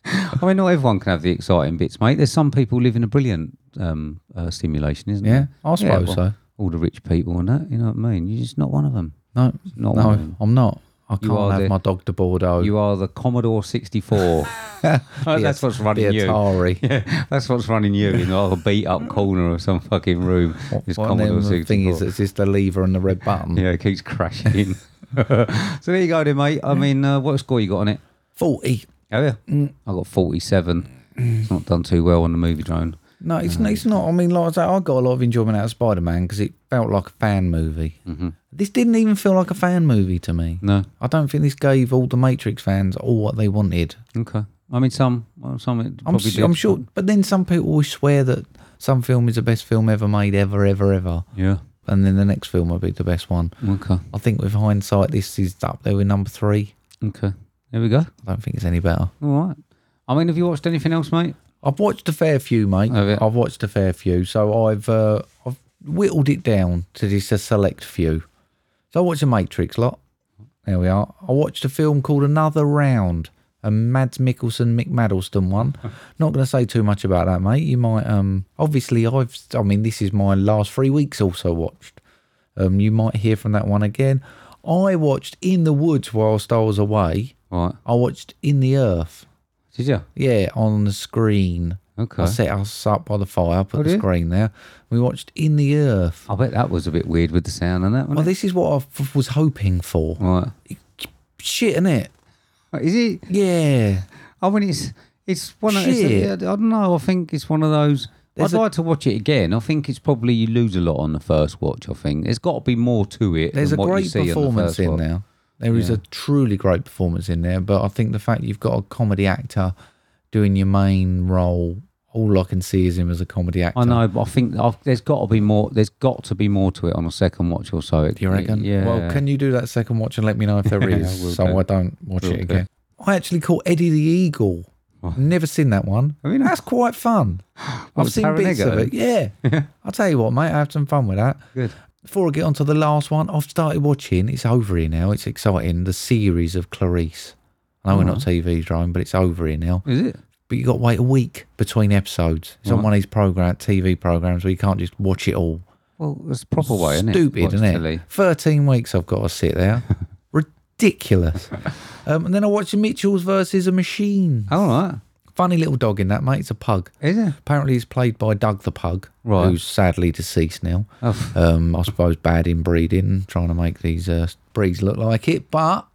I mean, not everyone can have the exciting bits, mate. There's some people living a brilliant um, uh, stimulation, isn't Yeah, there? I suppose so. All the rich people and that, you know what I mean? You're just not one of them. No, Not one of no, them. I'm not. I You can't are have the- my dog to Oh, Bordeaux. You are the Commodore 64. That's what's running the you. Atari. That's what's running you in like a beat up corner of some fucking room. It's Well, then Commodore the 64. thing is, it's just the lever and the red button. yeah, it keeps crashing. so there you go, then, mate. I mean, uh, what score you got on it? Forty. Oh, yeah. I got 47. it's not done too well on the movie drone. No, it's not, it's not. I mean, like I say, I got a lot of enjoyment out of Spider Man because it felt like a fan movie. This didn't even feel like a fan movie to me. Mm-hmm. No. I don't think this gave all the Matrix fans all what they wanted. Okay. I mean, some, well, some. It I'm, probably su- did. I'm sure, but then some people will swear that some film is the best film ever made, ever, ever, ever, Yeah. and then the next film will be the best one. Okay. I think with hindsight, this is up there with number three. Okay. There we go. I don't think it's any better. All right. I mean, have you watched anything else, mate? I've watched a fair few, mate. Have you? I've watched a fair few, so I've uh, I've whittled it down to just a select few. So I watched a Matrix lot. There we are. I watched a film called Another Round, a Mads Mikkelsen Mick Maddleston one. Not going to say too much about that, mate. You might um obviously I've I mean this is my last three weeks also watched. Um, you might hear from that one again. I watched In the Woods whilst I was away. All right. I watched In the Earth. Did you? Yeah, on the screen. Okay. I set us up by the fire, put Oh, the did you? Oh, screen there. We watched In the Earth. I bet that was a bit weird with the sound and that one. Well, this is what I f- was hoping for. right. Shit, innit? Is it? Yeah. I mean, it's it's one. Of, it's a- Shit. I don't know. I think it's one of those. There's I'd a- like to watch it again. I think it's probably you lose a lot on the first watch. I think there's got to be more to it. There's a than what you great see on the performance first in watch. there. There is a truly great performance in there, but I think the fact you've got a comedy actor doing your main role, all I can see is him as a comedy actor. I know, but I think I've, there's got to be more. There's got to be more to it on a second watch or so. It- Do you reckon? Yeah. Well, can you do that second watch and let me know if there is, will so do. I don't watch Will it do. again? I actually caught Eddie the Eagle. Never seen that one. Have you not? that's quite fun. I've with seen bits of Taranega? it. Yeah. I'll tell you what, mate, I have some fun with that. Good. Before I get on to the last one, I've started watching, it's over here now, it's exciting, the series of Clarice. I know we're not TV drone, but it's over here now. Is it? But you got to wait a week between episodes. It's on one of these program, TV programs where you can't just watch it all Well, that's a proper way, isn't it? stupid, Watch isn't it? telly. 13 weeks I've got to sit there. Ridiculous. Um, and then I watched the Mitchells versus a machine. All right. Funny little dog in that, mate. It's a pug. Is it? Apparently, he's played by Doug the Pug, Right. who's sadly deceased now. Oh. Um, I suppose bad in breeding, trying to make these uh, breeds look like it. But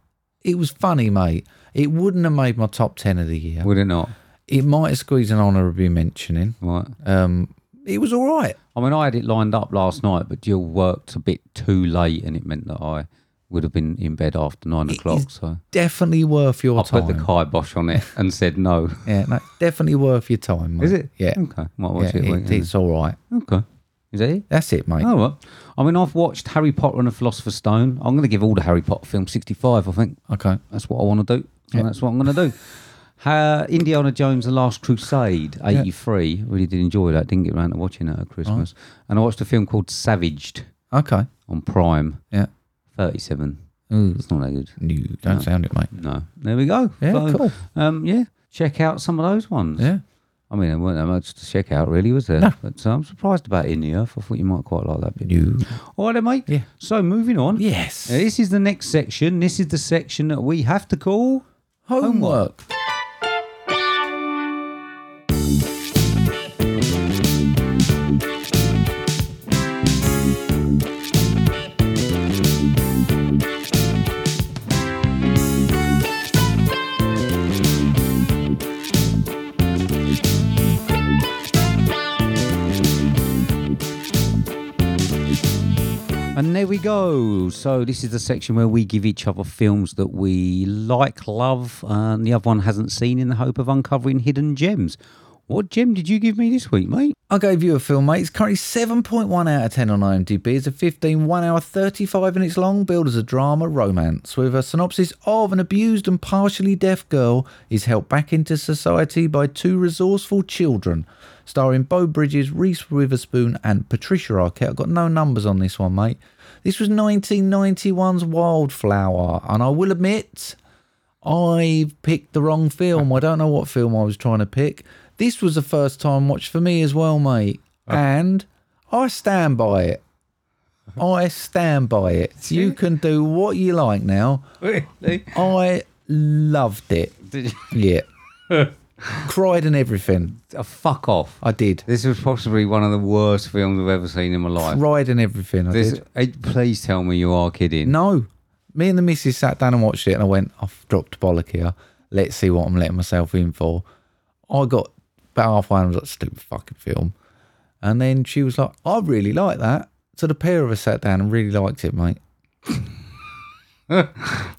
it was funny, mate. It wouldn't have made my top 10 of the year. Would it not? It might have squeezed an honourable mention in. Right. Um, it was all right. I mean, I had it lined up last night, but Jill worked a bit too late, and it meant that I would have been in bed after nine o'clock. is So Definitely worth your I time. put the kibosh on it and said no. Yeah, no, definitely worth your time. Mate. Is it? Yeah. Okay. Might watch Yeah, it. it- it's all right. Okay. Is that it? That's it, mate. Oh, well. I mean, I've watched Harry Potter and the Philosopher's Stone. I'm going to give all the Harry Potter films 65, I think. Okay. That's what I want to do. So that's what I'm going to do. Uh, Indiana Jones: The Last Crusade, '83. Really did enjoy that. Didn't get around to watching that at Christmas. And I watched a film called Savaged Okay. on Prime. Yeah. 37. Ooh. It's not that good. No, don't sound it, mate. No. There we go. Yeah, cool. Um, yeah. Check out some of those ones. Yeah. I mean, there weren't that much to check out, really, was there? But uh, I'm surprised about In the Earth. I thought you might quite like that bit. No. All right, then, mate. Yeah. So moving on. Yes. Now, this is the next section. This is the section that we have to call. Homework. And there we go. So this is the section where we give each other films that we like, love, and the other one hasn't seen in the hope of uncovering hidden gems. What gem did you give me this week, mate? I gave you a film, mate. It's currently 7.1 out of 10 on IMDb. It's a 15, 1 hour, 35 minutes long, billed as a drama romance with a synopsis of an abused and partially deaf girl is helped back into society by two resourceful children. Starring Bo Bridges, Reese Witherspoon, and Patricia Arquette. I've got no numbers on this one, mate. This was 1991's Wildflower, and I will admit, I've picked the wrong film. I don't know what film I was trying to pick. This was a first time watch for me as well, mate. And I stand by it. I stand by it. You can do what you like now. Really? I loved it. Did Yeah. Cried and everything. you? Uh, fuck off. I did. This was possibly one of the worst films I've ever seen in my life. Cried and everything. I This, did. eh, please tell me you are kidding. No. Me and the missus sat down and watched it, and I went, I've dropped bollock here. Let's see what I'm letting myself in for. I got about halfway and I was like, stupid fucking film. And then she was like, I really like that. So the pair of us sat down and really liked it, mate.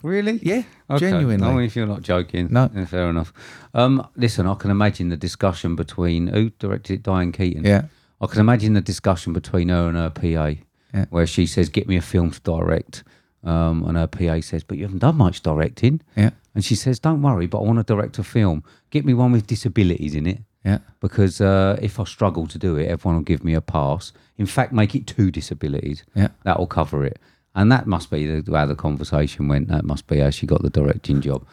Really? Yeah, Okay. genuinely. I mean, if you're not joking, No. yeah, fair enough. Um, listen, I can imagine the discussion between who directed it, Diane Keaton. Yeah. I can imagine the discussion between her and her PA, Yeah. where she says, "Get me a film to direct," um, and her PA says, "But you haven't done much directing." Yeah. And she says, "Don't worry, but I want to direct a film. Get me one with disabilities in it." Yeah. Because uh, if I struggle to do it, everyone will give me a pass. In fact, make it two disabilities. Yeah. That will cover it. And that must be the, how the conversation went. That must be how she got the directing job.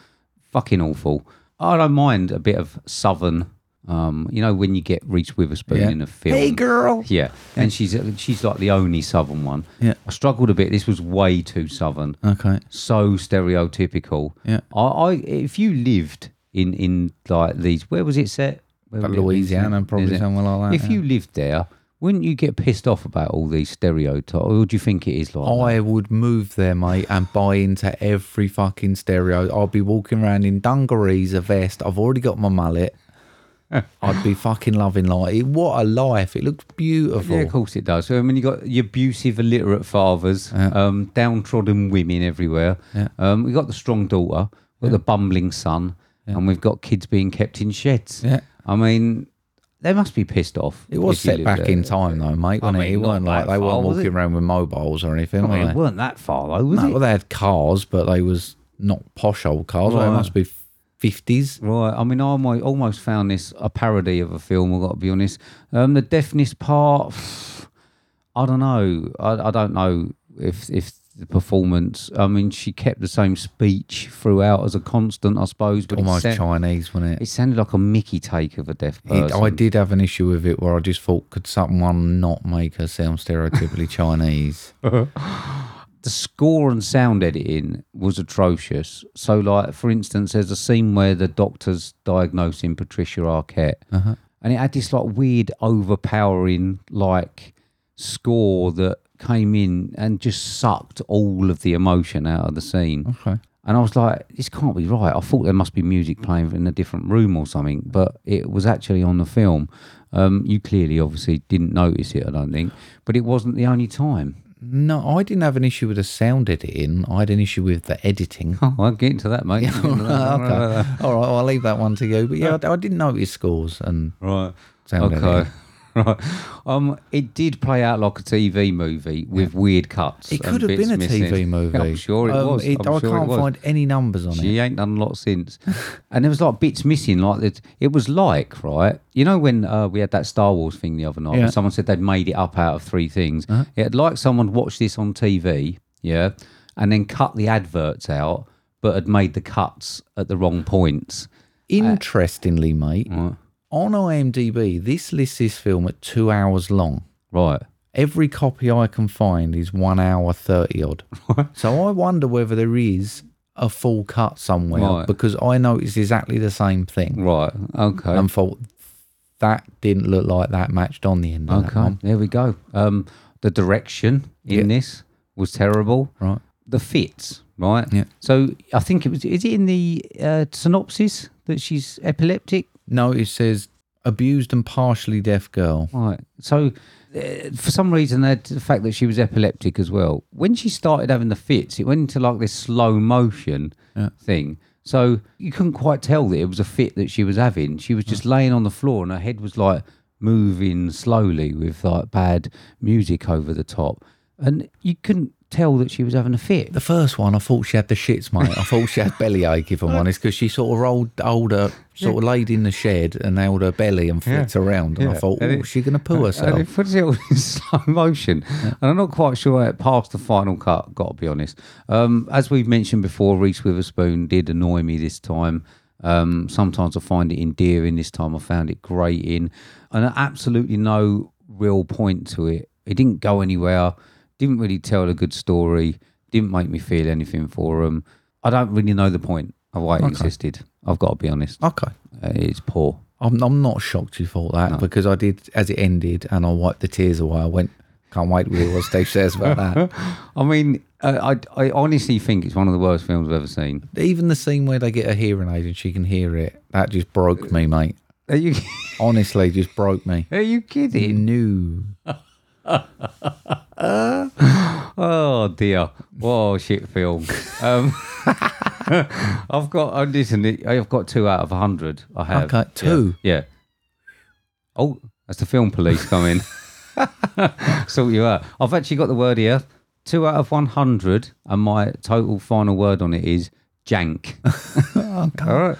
Fucking awful. I don't mind a bit of Southern. Um, you know when you get Reese Witherspoon Yeah. in a film. Hey, girl. Yeah, and she's uh, she's like the only Southern one. Yeah. I struggled a bit. This was way too Southern Okay. so stereotypical. Yeah. I, I if you lived in in like these, where was it set? Where Like would it be Louisiana, set? probably Is it? somewhere like that, If you lived there, wouldn't you get pissed off about all these stereotypes, or do you think it is like? that? I would move there, mate, and buy into every fucking stereo. I'll be walking around in dungarees, a vest. I've already got my mullet. I'd be fucking loving like it. What a life! It looks beautiful. Yeah, of course it does. So, I mean, you got your abusive, illiterate fathers, um, downtrodden women everywhere. Um, we got the strong daughter, we've got the bumbling son, and we've got kids being kept in sheds. Yeah. I mean, they must be pissed off. It was if you set live back there. in time though, mate. I Wasn't mean, it? it not wasn't like that they far, weren't was walking it? around with mobiles or anything. I were mean, they? it weren't that far though, was No, it? well, they had cars, but they was not posh old cars. They Right. must be fifties. Right. I mean, I almo- almost found this a parody of a film. I've got to be honest. Um, the deafness part, I don't know. I, I don't know if if the performance. I mean, she kept the same speech throughout as a constant, I suppose. But Almost it, sound- Chinese, wasn't it it? sounded like a Mickey take of a deaf it? person. I did have an issue with it where I just thought, could someone not make her sound stereotypically Chinese? the score and sound editing was atrocious. So, like for instance, there's a scene where the doctor's diagnosing Patricia Arquette, and it had this like weird, overpowering like score that came in and just sucked all of the emotion out of the scene. Okay. And I was like, this can't be right. I thought there must be music playing in a different room or something, but it was actually on the film. Um, you clearly, obviously, didn't notice it, I don't think, but it wasn't the only time. No, I didn't have an issue with the sound editing. I had an issue with the editing. Oh, I'll get into that, mate. okay. All right, well, I'll leave that one to you. But yeah, I, I didn't notice scores and Right. sound Okay. editing. Right. Um, it did play out like a TV movie with weird cuts. It and could have bits been a missing. TV movie. I'm sure it Um, was. I'm I sure it can't was. find any numbers on it. She ain't done a lot since. and there was like bits missing. Like that, it was like right. You know when uh, we had that Star Wars thing the other night, Yeah. Uh-huh. and someone said they'd made it up out of three things. It had like someone watched this on TV, yeah, and then cut the adverts out, but had made the cuts at the wrong points. Interestingly, mate, Right. on IMDb, this lists this film at two hours long. Right. Every copy I can find is one hour 30 odd. so I wonder whether there is a full cut somewhere Right. because I noticed exactly the same thing Right. Okay. and thought that didn't look like that matched on the end of that Okay, one. there we go. Um, the direction in this was terrible. Right. The fits, right? Yeah. So I think it was. Is it in the uh, synopsis that she's epileptic? No, it says abused and partially deaf girl. Right. So uh, for some reason, they had the fact that she was epileptic as well. When she started having the fits, it went into like this slow motion thing. So you couldn't quite tell that it was a fit that she was having. She was just laying on the floor and her head was like moving slowly with like bad music over the top. And you couldn't tell that she was having a fit. The first one, I thought she had the shits, mate. I thought she had bellyache, if I'm honest, because she sort of rolled, older, sort of laid in the shed and held her belly and flicked around. And I Yeah. thought, And oh, it- she's going to poo And herself. it puts it all in slow motion. And I'm not quite sure how it passed the final cut, got to be honest. Um, as we've mentioned before, Reese Witherspoon did annoy me this time. Um, sometimes I find it endearing. This time I found it grating. And absolutely no real point to it. It didn't go anywhere. Didn't really tell a good story. Didn't make me feel anything for them. I don't really know the point of why it existed. I've got to be honest. Okay. Uh, it's poor. I'm, I'm not shocked you thought that because I did as it ended and I wiped the tears away. I went, can't wait to hear what Steve says about that. I mean, uh, I, I honestly think it's one of the worst films I've ever seen. Even the scene where they get a hearing aid and she can hear it, that just broke me, mate. Are you Honestly, just broke me. are you kidding? No. Oh dear! Whoa, shit film. Um, I've got uh, listen. I've got two out of a hundred. I have. Okay, two? Yeah. yeah. Oh, that's the film police coming. sort you out. I've actually got the word here. Two out of one hundred, and my total final word on it is jank. All right.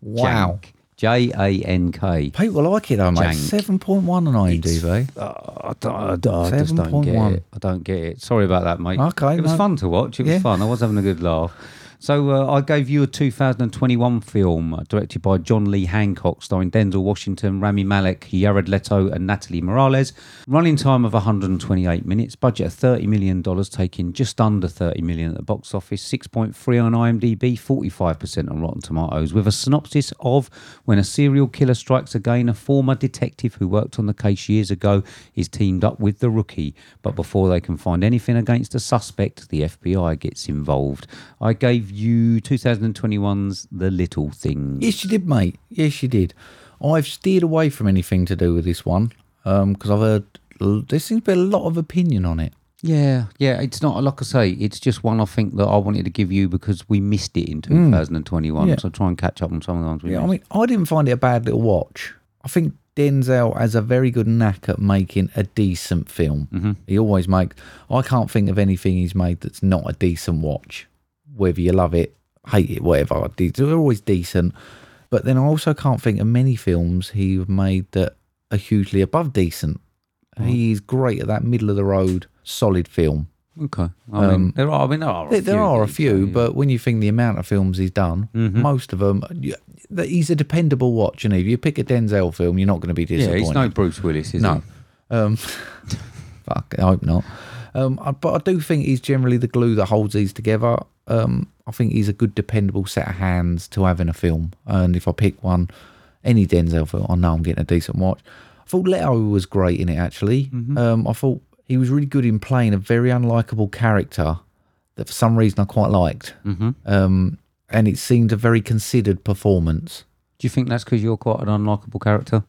Wow. J A N K. People like it though, mate. Jank. uh, 7.1 on IMDb. I don't, I don't, I just don't get 7.1. it. I don't get it. Sorry about that, mate. Okay, It was no. fun to watch. It was Yeah. fun. I was having a good laugh. So uh, I gave you a 2021 film uh, directed by John Lee Hancock, starring Denzel Washington, Rami Malek, Jared Leto, and Natalie Morales. Running time of 128 minutes. Budget of 30 million dollars, taking just under 30 million at the box office. 6.3 on IMDb, 45% on Rotten Tomatoes. With a synopsis of when a serial killer strikes again, a former detective who worked on the case years ago is teamed up with the rookie. But before they can find anything against the suspect, the FBI gets involved. I gave you 2021's The Little Thing. Yes, you did, mate. Yes, you did. I've steered away from anything to do with this one because I've heard l- there seems to be a lot of opinion on it. Yeah, yeah. It's not like I say. It's just one I think that I wanted to give you because we missed it in 2021. Yeah. So try and catch up on some of the ones we Yeah, I missed. mean, I didn't find it a bad little watch. I think Denzel has a very good knack at making a decent film. Mm-hmm. He always makes. I can't think of anything he's made that's not a decent watch. Whether you love it, hate it, whatever, de- they're always decent. But then I also can't think of many films he made that are hugely above decent. He's great at that middle of the road, solid film. okay. I mean, there are. I mean, um, there are. a There, there few Mm-hmm. are a that- few, yeah. but when you think the amount of films he's done, most of them, he's a dependable watch. And if you pick a Denzel film, you're not going to be yeah, disappointed. he's no Bruce Willis, is No. Um, fuck, I hope not. Um, I, but I do think he's generally the glue that holds these together. Um, I think he's a good, dependable set of hands to have in a film. And if I pick one, any Denzel film, I know I'm getting a decent watch. I thought Leto was great in it, actually. Mm-hmm. Um, I thought he was really good in playing a very unlikable character that for some reason I quite liked. Mm-hmm. Um, and it seemed a very considered performance. he? Do you think that's because you're quite an unlikable character?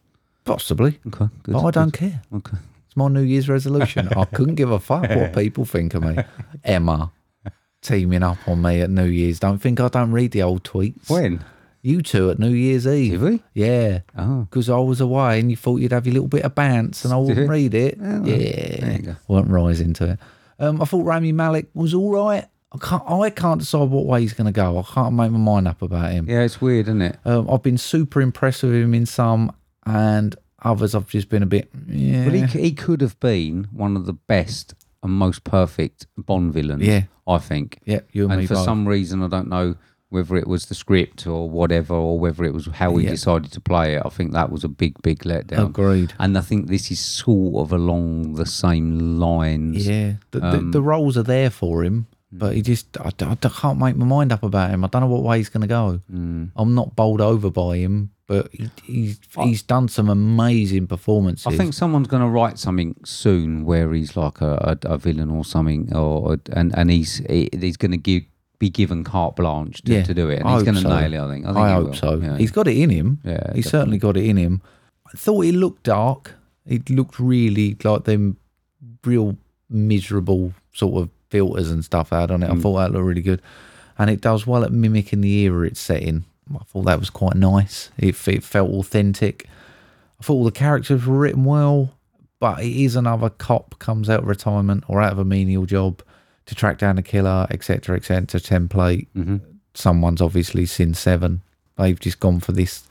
Possibly. Okay. Good. But I good. don't care. Okay. It's my New Year's resolution. I couldn't give a fuck what people think of me. Emma teaming up on me at New Year's. Don't think I don't read the old tweets. When? You two at New Year's Eve. Did we? Yeah. Oh. Because I was away and you thought you'd have your little bit of bants and I wouldn't Did we? read it. well, yeah. there you go. Won't rise into it. Um, I thought Rami Malik was all right. I can't, I can't decide what way he's going to go. I can't make my mind up about him. Yeah, it's weird, isn't it? Um, I've been super impressed with him in some and others I've just been a bit, yeah. But he, c- he could have been one of the best and most perfect Bond villains. Yeah. I think. Yeah, you and, and me for both. some reason, I don't know whether it was the script or whatever, or whether it was how we Yeah. decided to play it. I think that was a big, big letdown. Agreed. And I think this is sort of along the same lines. Yeah, the, the, Um, the roles are there for him, but mm. he just I, d- I d- can't make my mind up about him. I don't know what way he's going to go. Mm. I'm not bowled over by him, but he, he's he's done some amazing performances. I think someone's going to write something soon where he's like a, a, a villain or something, or or- and and he's he, he's going to give be given carte blanche to, to do it, and I he's hope going to so. nail it. I think. I, think he hope will. so. Yeah. He's got it in him. Yeah, he's certainly got it in him. I thought he looked dark. It looked really like them real miserable sort of filters and stuff out on it. Mm. I thought that looked really good, and it does well at mimicking the era it's set in. I thought that was quite nice. It, f- it felt authentic. I thought all the characters were written well, but it is another cop comes out of retirement or out of a menial job to track down a killer, etc., etc. Template. Someone's obviously seen seven. They've just gone for this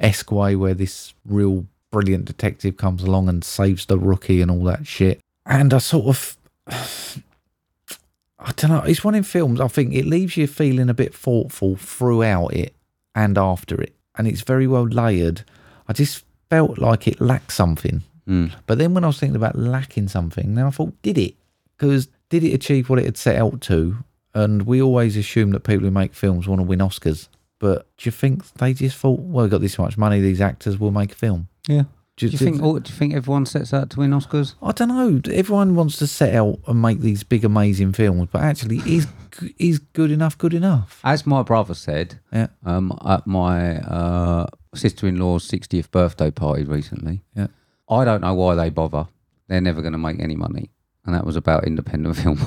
esque way where this real brilliant detective comes along and saves the rookie and all that shit. And I sort of, I don't know. It's one in films. I think it leaves you feeling a bit thoughtful throughout it and after it, and it's very well layered. I just felt like it lacked something. But then when I was thinking about lacking something, then I thought, did it? Because did it achieve what it had set out to? And we always assume that people who make films want to win Oscars. But do you think they just thought, well, we've got this much money, these actors will make a film? yeah. Do Do you- you do you think? all- Do you think everyone sets out to win Oscars? I don't know. Everyone wants to set out and make these big, amazing films, but actually, is g- is good enough good enough? As my brother said, Yeah. um, at my uh, sister-in-law's 60th birthday party recently, Yeah. I don't know why they bother. They're never going to make any money, and that was about independent film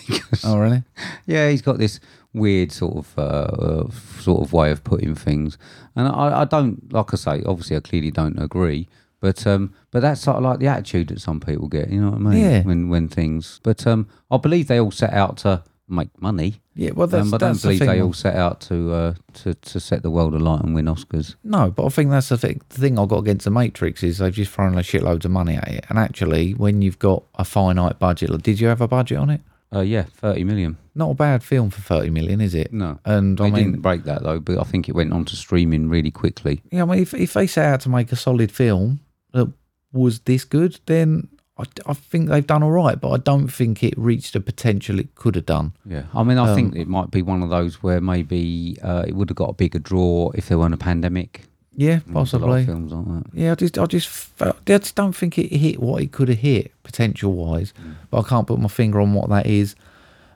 makers. Oh, really? Yeah, he's got this weird sort of uh, uh, sort of way of putting things, and I, I don't like I say. Obviously, I clearly don't agree, but um, but that's sort of like the attitude that some people get. You know what I mean? Yeah. When when things, but um, I believe they all set out to make money. Yeah, well, that's, um, but I that's don't the believe thing. they all set out to, uh, to to set the world alight and win Oscars. No, but I think that's the, thi- the thing I got against the Matrix is they've just thrown a shitload of money at it. And actually, when you've got a finite budget, like, did you have a budget on it? Uh, yeah, thirty million. Not a bad film for thirty million, is it? No, And they I mean, didn't break that though. But I think it went on to streaming really quickly. yeah, I mean, if if they set out to make a solid film that was this good, then I, I think they've done all right. But I don't think it reached the potential it could have done. Yeah, I mean, I think it might be one of those where maybe uh, it would have got a bigger draw if there weren't a pandemic. Yeah, There's a lot of possibly. films like that. Yeah, I just, I just, felt, I just don't think it hit what it could have hit potential wise, but I can't put my finger on what that is.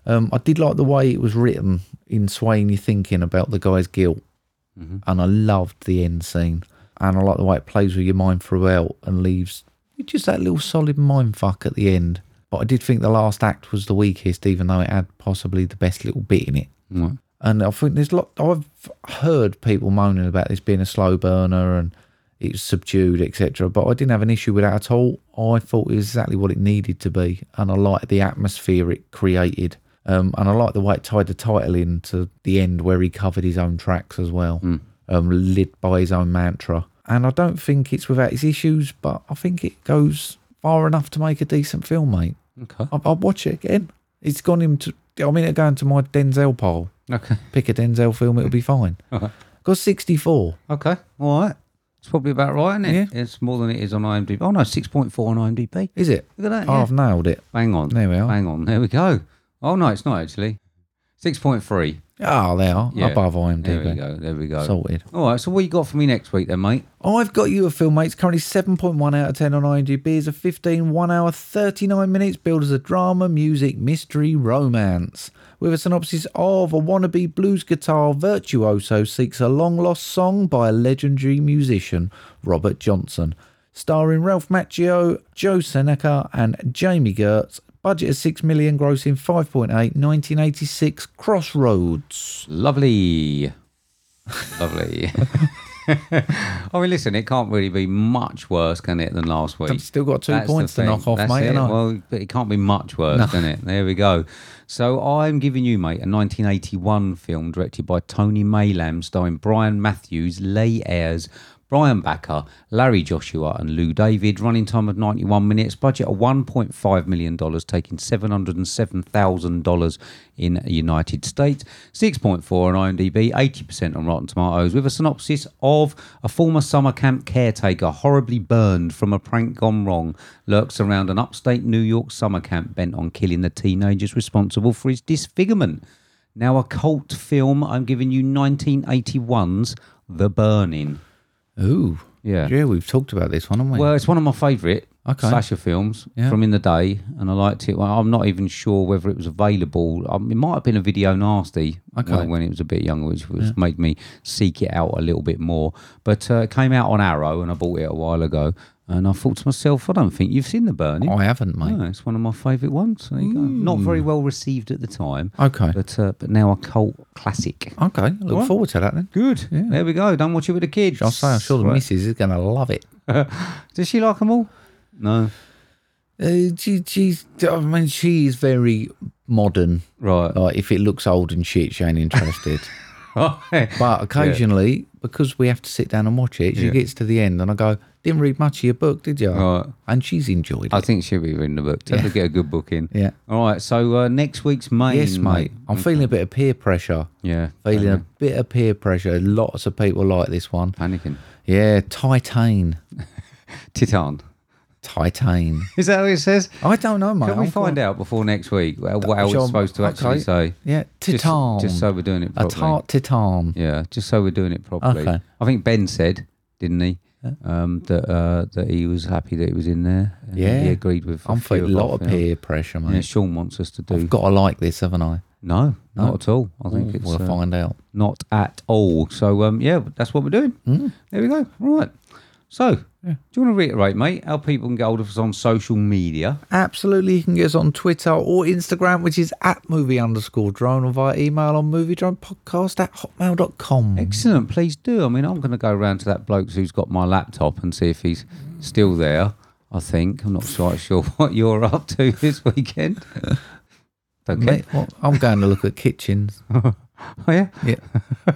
Um, I did like the way it was written in swaying your thinking about the guy's guilt, and I loved the end scene. and I like the way it plays with your mind throughout and leaves just that little solid mind fuck at the end. But I did think the last act was the weakest, even though it had possibly the best little bit in it. Right. And I think there's lot. I've heard people moaning about this being a slow burner and it's subdued, etc. But I didn't have an issue with that at all. I thought it was exactly what it needed to be, and I liked the atmosphere it created. Um, and I liked the way it tied the title into the end, where he covered his own tracks as well, um, led by his own mantra. And I don't think it's without its issues, but I think it goes far enough to make a decent film, mate. Okay. I- I'll watch it again. It's gone into. I mean, it going to my Denzel pile Okay. pick a Denzel film, it'll be fine. Alright. Got 64. Okay. All right. It's probably about right, isn't it? It's more than it is on IMDb. Oh, no, 6.4 on IMDb. Is it? Look at that. Oh, yeah. I've nailed it. Bang on. There we are. Bang on. There we go. Oh, no, it's not actually. 6.3. Oh, they are. Yeah. Above IMDb. There we go. There we go. Sorted. All right. So, what you got for me next week, then, mate? I've got you a film, mate. It's currently 7.1 out of 10 on IMDb. It's a 15, 1 hour, 39 minutes, billed as a drama, music, mystery, romance. With a synopsis of a wannabe blues guitar virtuoso seeks a long lost song by a legendary musician, Robert Johnson. Starring Ralph Macchio, Joe Seneca, and Jamie Gertz. Budget of 6 million, grossing 5.8, 1986, Crossroads. Lovely. Lovely. I mean, listen, it can't really be much worse, can it, than last week? I've still got two That's the points to thing. knock off, That's mate. It. and I- Well, but it can't be much worse, can it? There we go. So I'm giving you, mate, a 1981 film directed by Tony Maylam, starring Brian Matthews, Leigh Ayres, Brian Backer, Larry Joshua, and Lou David. Running time of 91 minutes. Budget of 1.5 million dollars, taking 707 thousand dollars in the United States. 6.4 on IMDb, 80% on Rotten Tomatoes, with a synopsis of a former summer camp caretaker horribly burned from a prank gone wrong lurks around an upstate New York summer camp bent on killing the teenagers responsible for his disfigurement. Now, a cult film, I'm giving you 1981's The Burning. Ooh. Yeah. Yeah, we've talked about this one, haven't we? Well, it's one of my favourite Okay. slasher films Yeah. from in the day, and I liked it. Well, I'm not even sure whether it was available. Um, it might have been a video nasty Okay. when, when it was a bit younger, which was, made me seek it out a little bit more. But uh, it came out on Arrow, and I bought it a while ago. And I thought to myself, I don't think you've seen The Burning. I haven't, mate. No, it's one of my favourite ones. There you go. Not very well received at the time, Mm. Okay. but uh, but now a cult classic. Okay. I Look Alright. forward to that then. Good. There we go. Don't watch it with the kids. I'll say, I'm sure the Right. missus is going to love it. Does she like them all? No. Uh, she, she's, I mean, she's very modern. Right. Like, if it looks old and shit, she ain't interested. Oh. Right. but occasionally, because we have to sit down and watch it, she Yeah. gets to the end and I go, didn't read much of your book, did you? Right. And she's enjoyed I it. think she'll be reading the book. Tell her to get a good book in. Yeah. All right. So uh, next week's main. Yes, mate. I'm feeling a bit of peer pressure. Yeah. Feeling a bit of peer pressure. Lots of people like this one. Panicking. Yeah, Titan. Titan. Titan. Is that what it says? I don't know, mate. Can we I'm find quite- out before next week uh, what else Sure. it's supposed to actually Okay. say? Yeah, Just- Titan. Just, so we're doing it a properly. tart Titan. Yeah. Just so we're doing it properly. Okay. I think Ben said, didn't he? Um, that uh, that he was happy that it was in there. and Yeah. he agreed with. I'm a few feeling a lot our of films. peer pressure, Yeah, mate. Sean wants us to do. I've got to like this, haven't I? no, not at all. I think Ooh, it's we'll uh, find out. not at all. So um, yeah, that's what we're doing. Mm. There we go. Right. So do you want to reiterate, mate, how people can get hold of us on social media? Absolutely, you can get us on Twitter or Instagram, which is at movie underscore drone, or via email on movie drone podcast at hotmail.com. Excellent. Please do. I mean, I'm going to go round to that bloke who's got my laptop and see if he's still there. I think I'm not quite sure what you're up to this weekend. Don't care. Mate, well, I'm going to look at kitchens. Oh yeah, Yeah.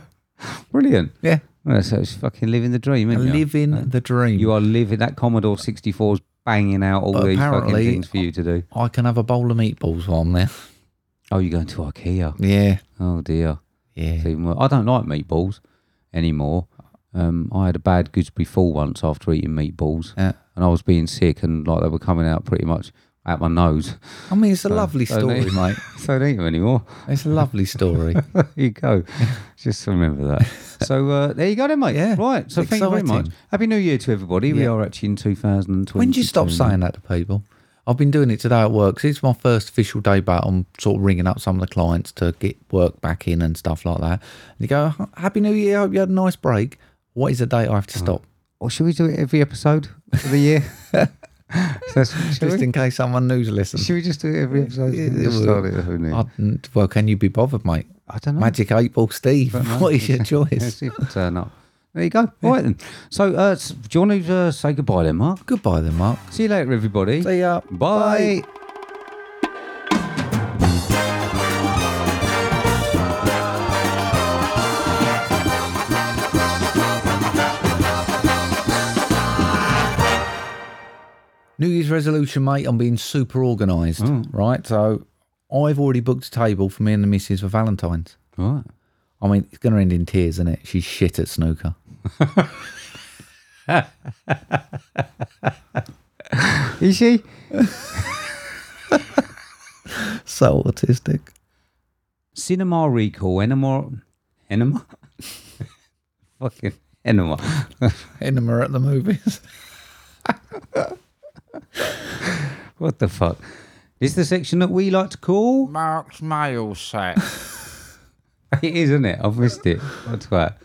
brilliant. Yeah. Well, so it's fucking living the dream, isn't you? Living the dream. You are living that Commodore 64's banging out all But these fucking apparently- things for you to do. I can have a bowl of meatballs while I'm there. Oh, you're going to IKEA. Yeah. Oh dear. Yeah. It's even worse. I don't like meatballs anymore. Um, I had a bad gooseberry fall once after eating meatballs, Yeah. and I was being sick, and like they were coming out pretty much out my nose. I mean, it's a lovely don't story, they? mate. so I don't eat them anymore. It's a lovely story. there you go. Just remember that. So uh, there you go, then, mate. Yeah. Right. So thank you very much. Exciting. Happy New Year to everybody. We Yeah. are actually in 2020. When do you stop saying that to people? I've been doing it today at work. 'cause It's my first official day back. I'm sort of ringing up some of the clients to get work back in and stuff like that. And you go, Happy New Year. Hope you had a nice break. What is the date I have to stop? Or should we do it every episode of the year? So that's- shall Just we? in case someone new's listened. Should we just do it every episode? Yeah, Just well, start it, who knew? I didn't- well, can you be bothered, mate? I don't know. Magic Eight Ball Steve. Don't know. What is your Yeah, choice? see if it turn up. There you go. All right then. So, uh, s- do you want to uh, say goodbye then, Mark? Goodbye then, Mark. See you later, everybody. See ya. Bye. New Year's resolution, mate. I'm being super organised, right? So I've already booked a table for me and the missus for Valentine's. All right. I mean, it's going to end in tears, isn't it? She's shit at snooker. Is she? So autistic. Cinema Recall, Enema. Enema? Fucking Enema. Enema at the movies. What the fuck? This is the section that we like to call. Mark's mail sack. It is, isn't it? I've missed it. That's right.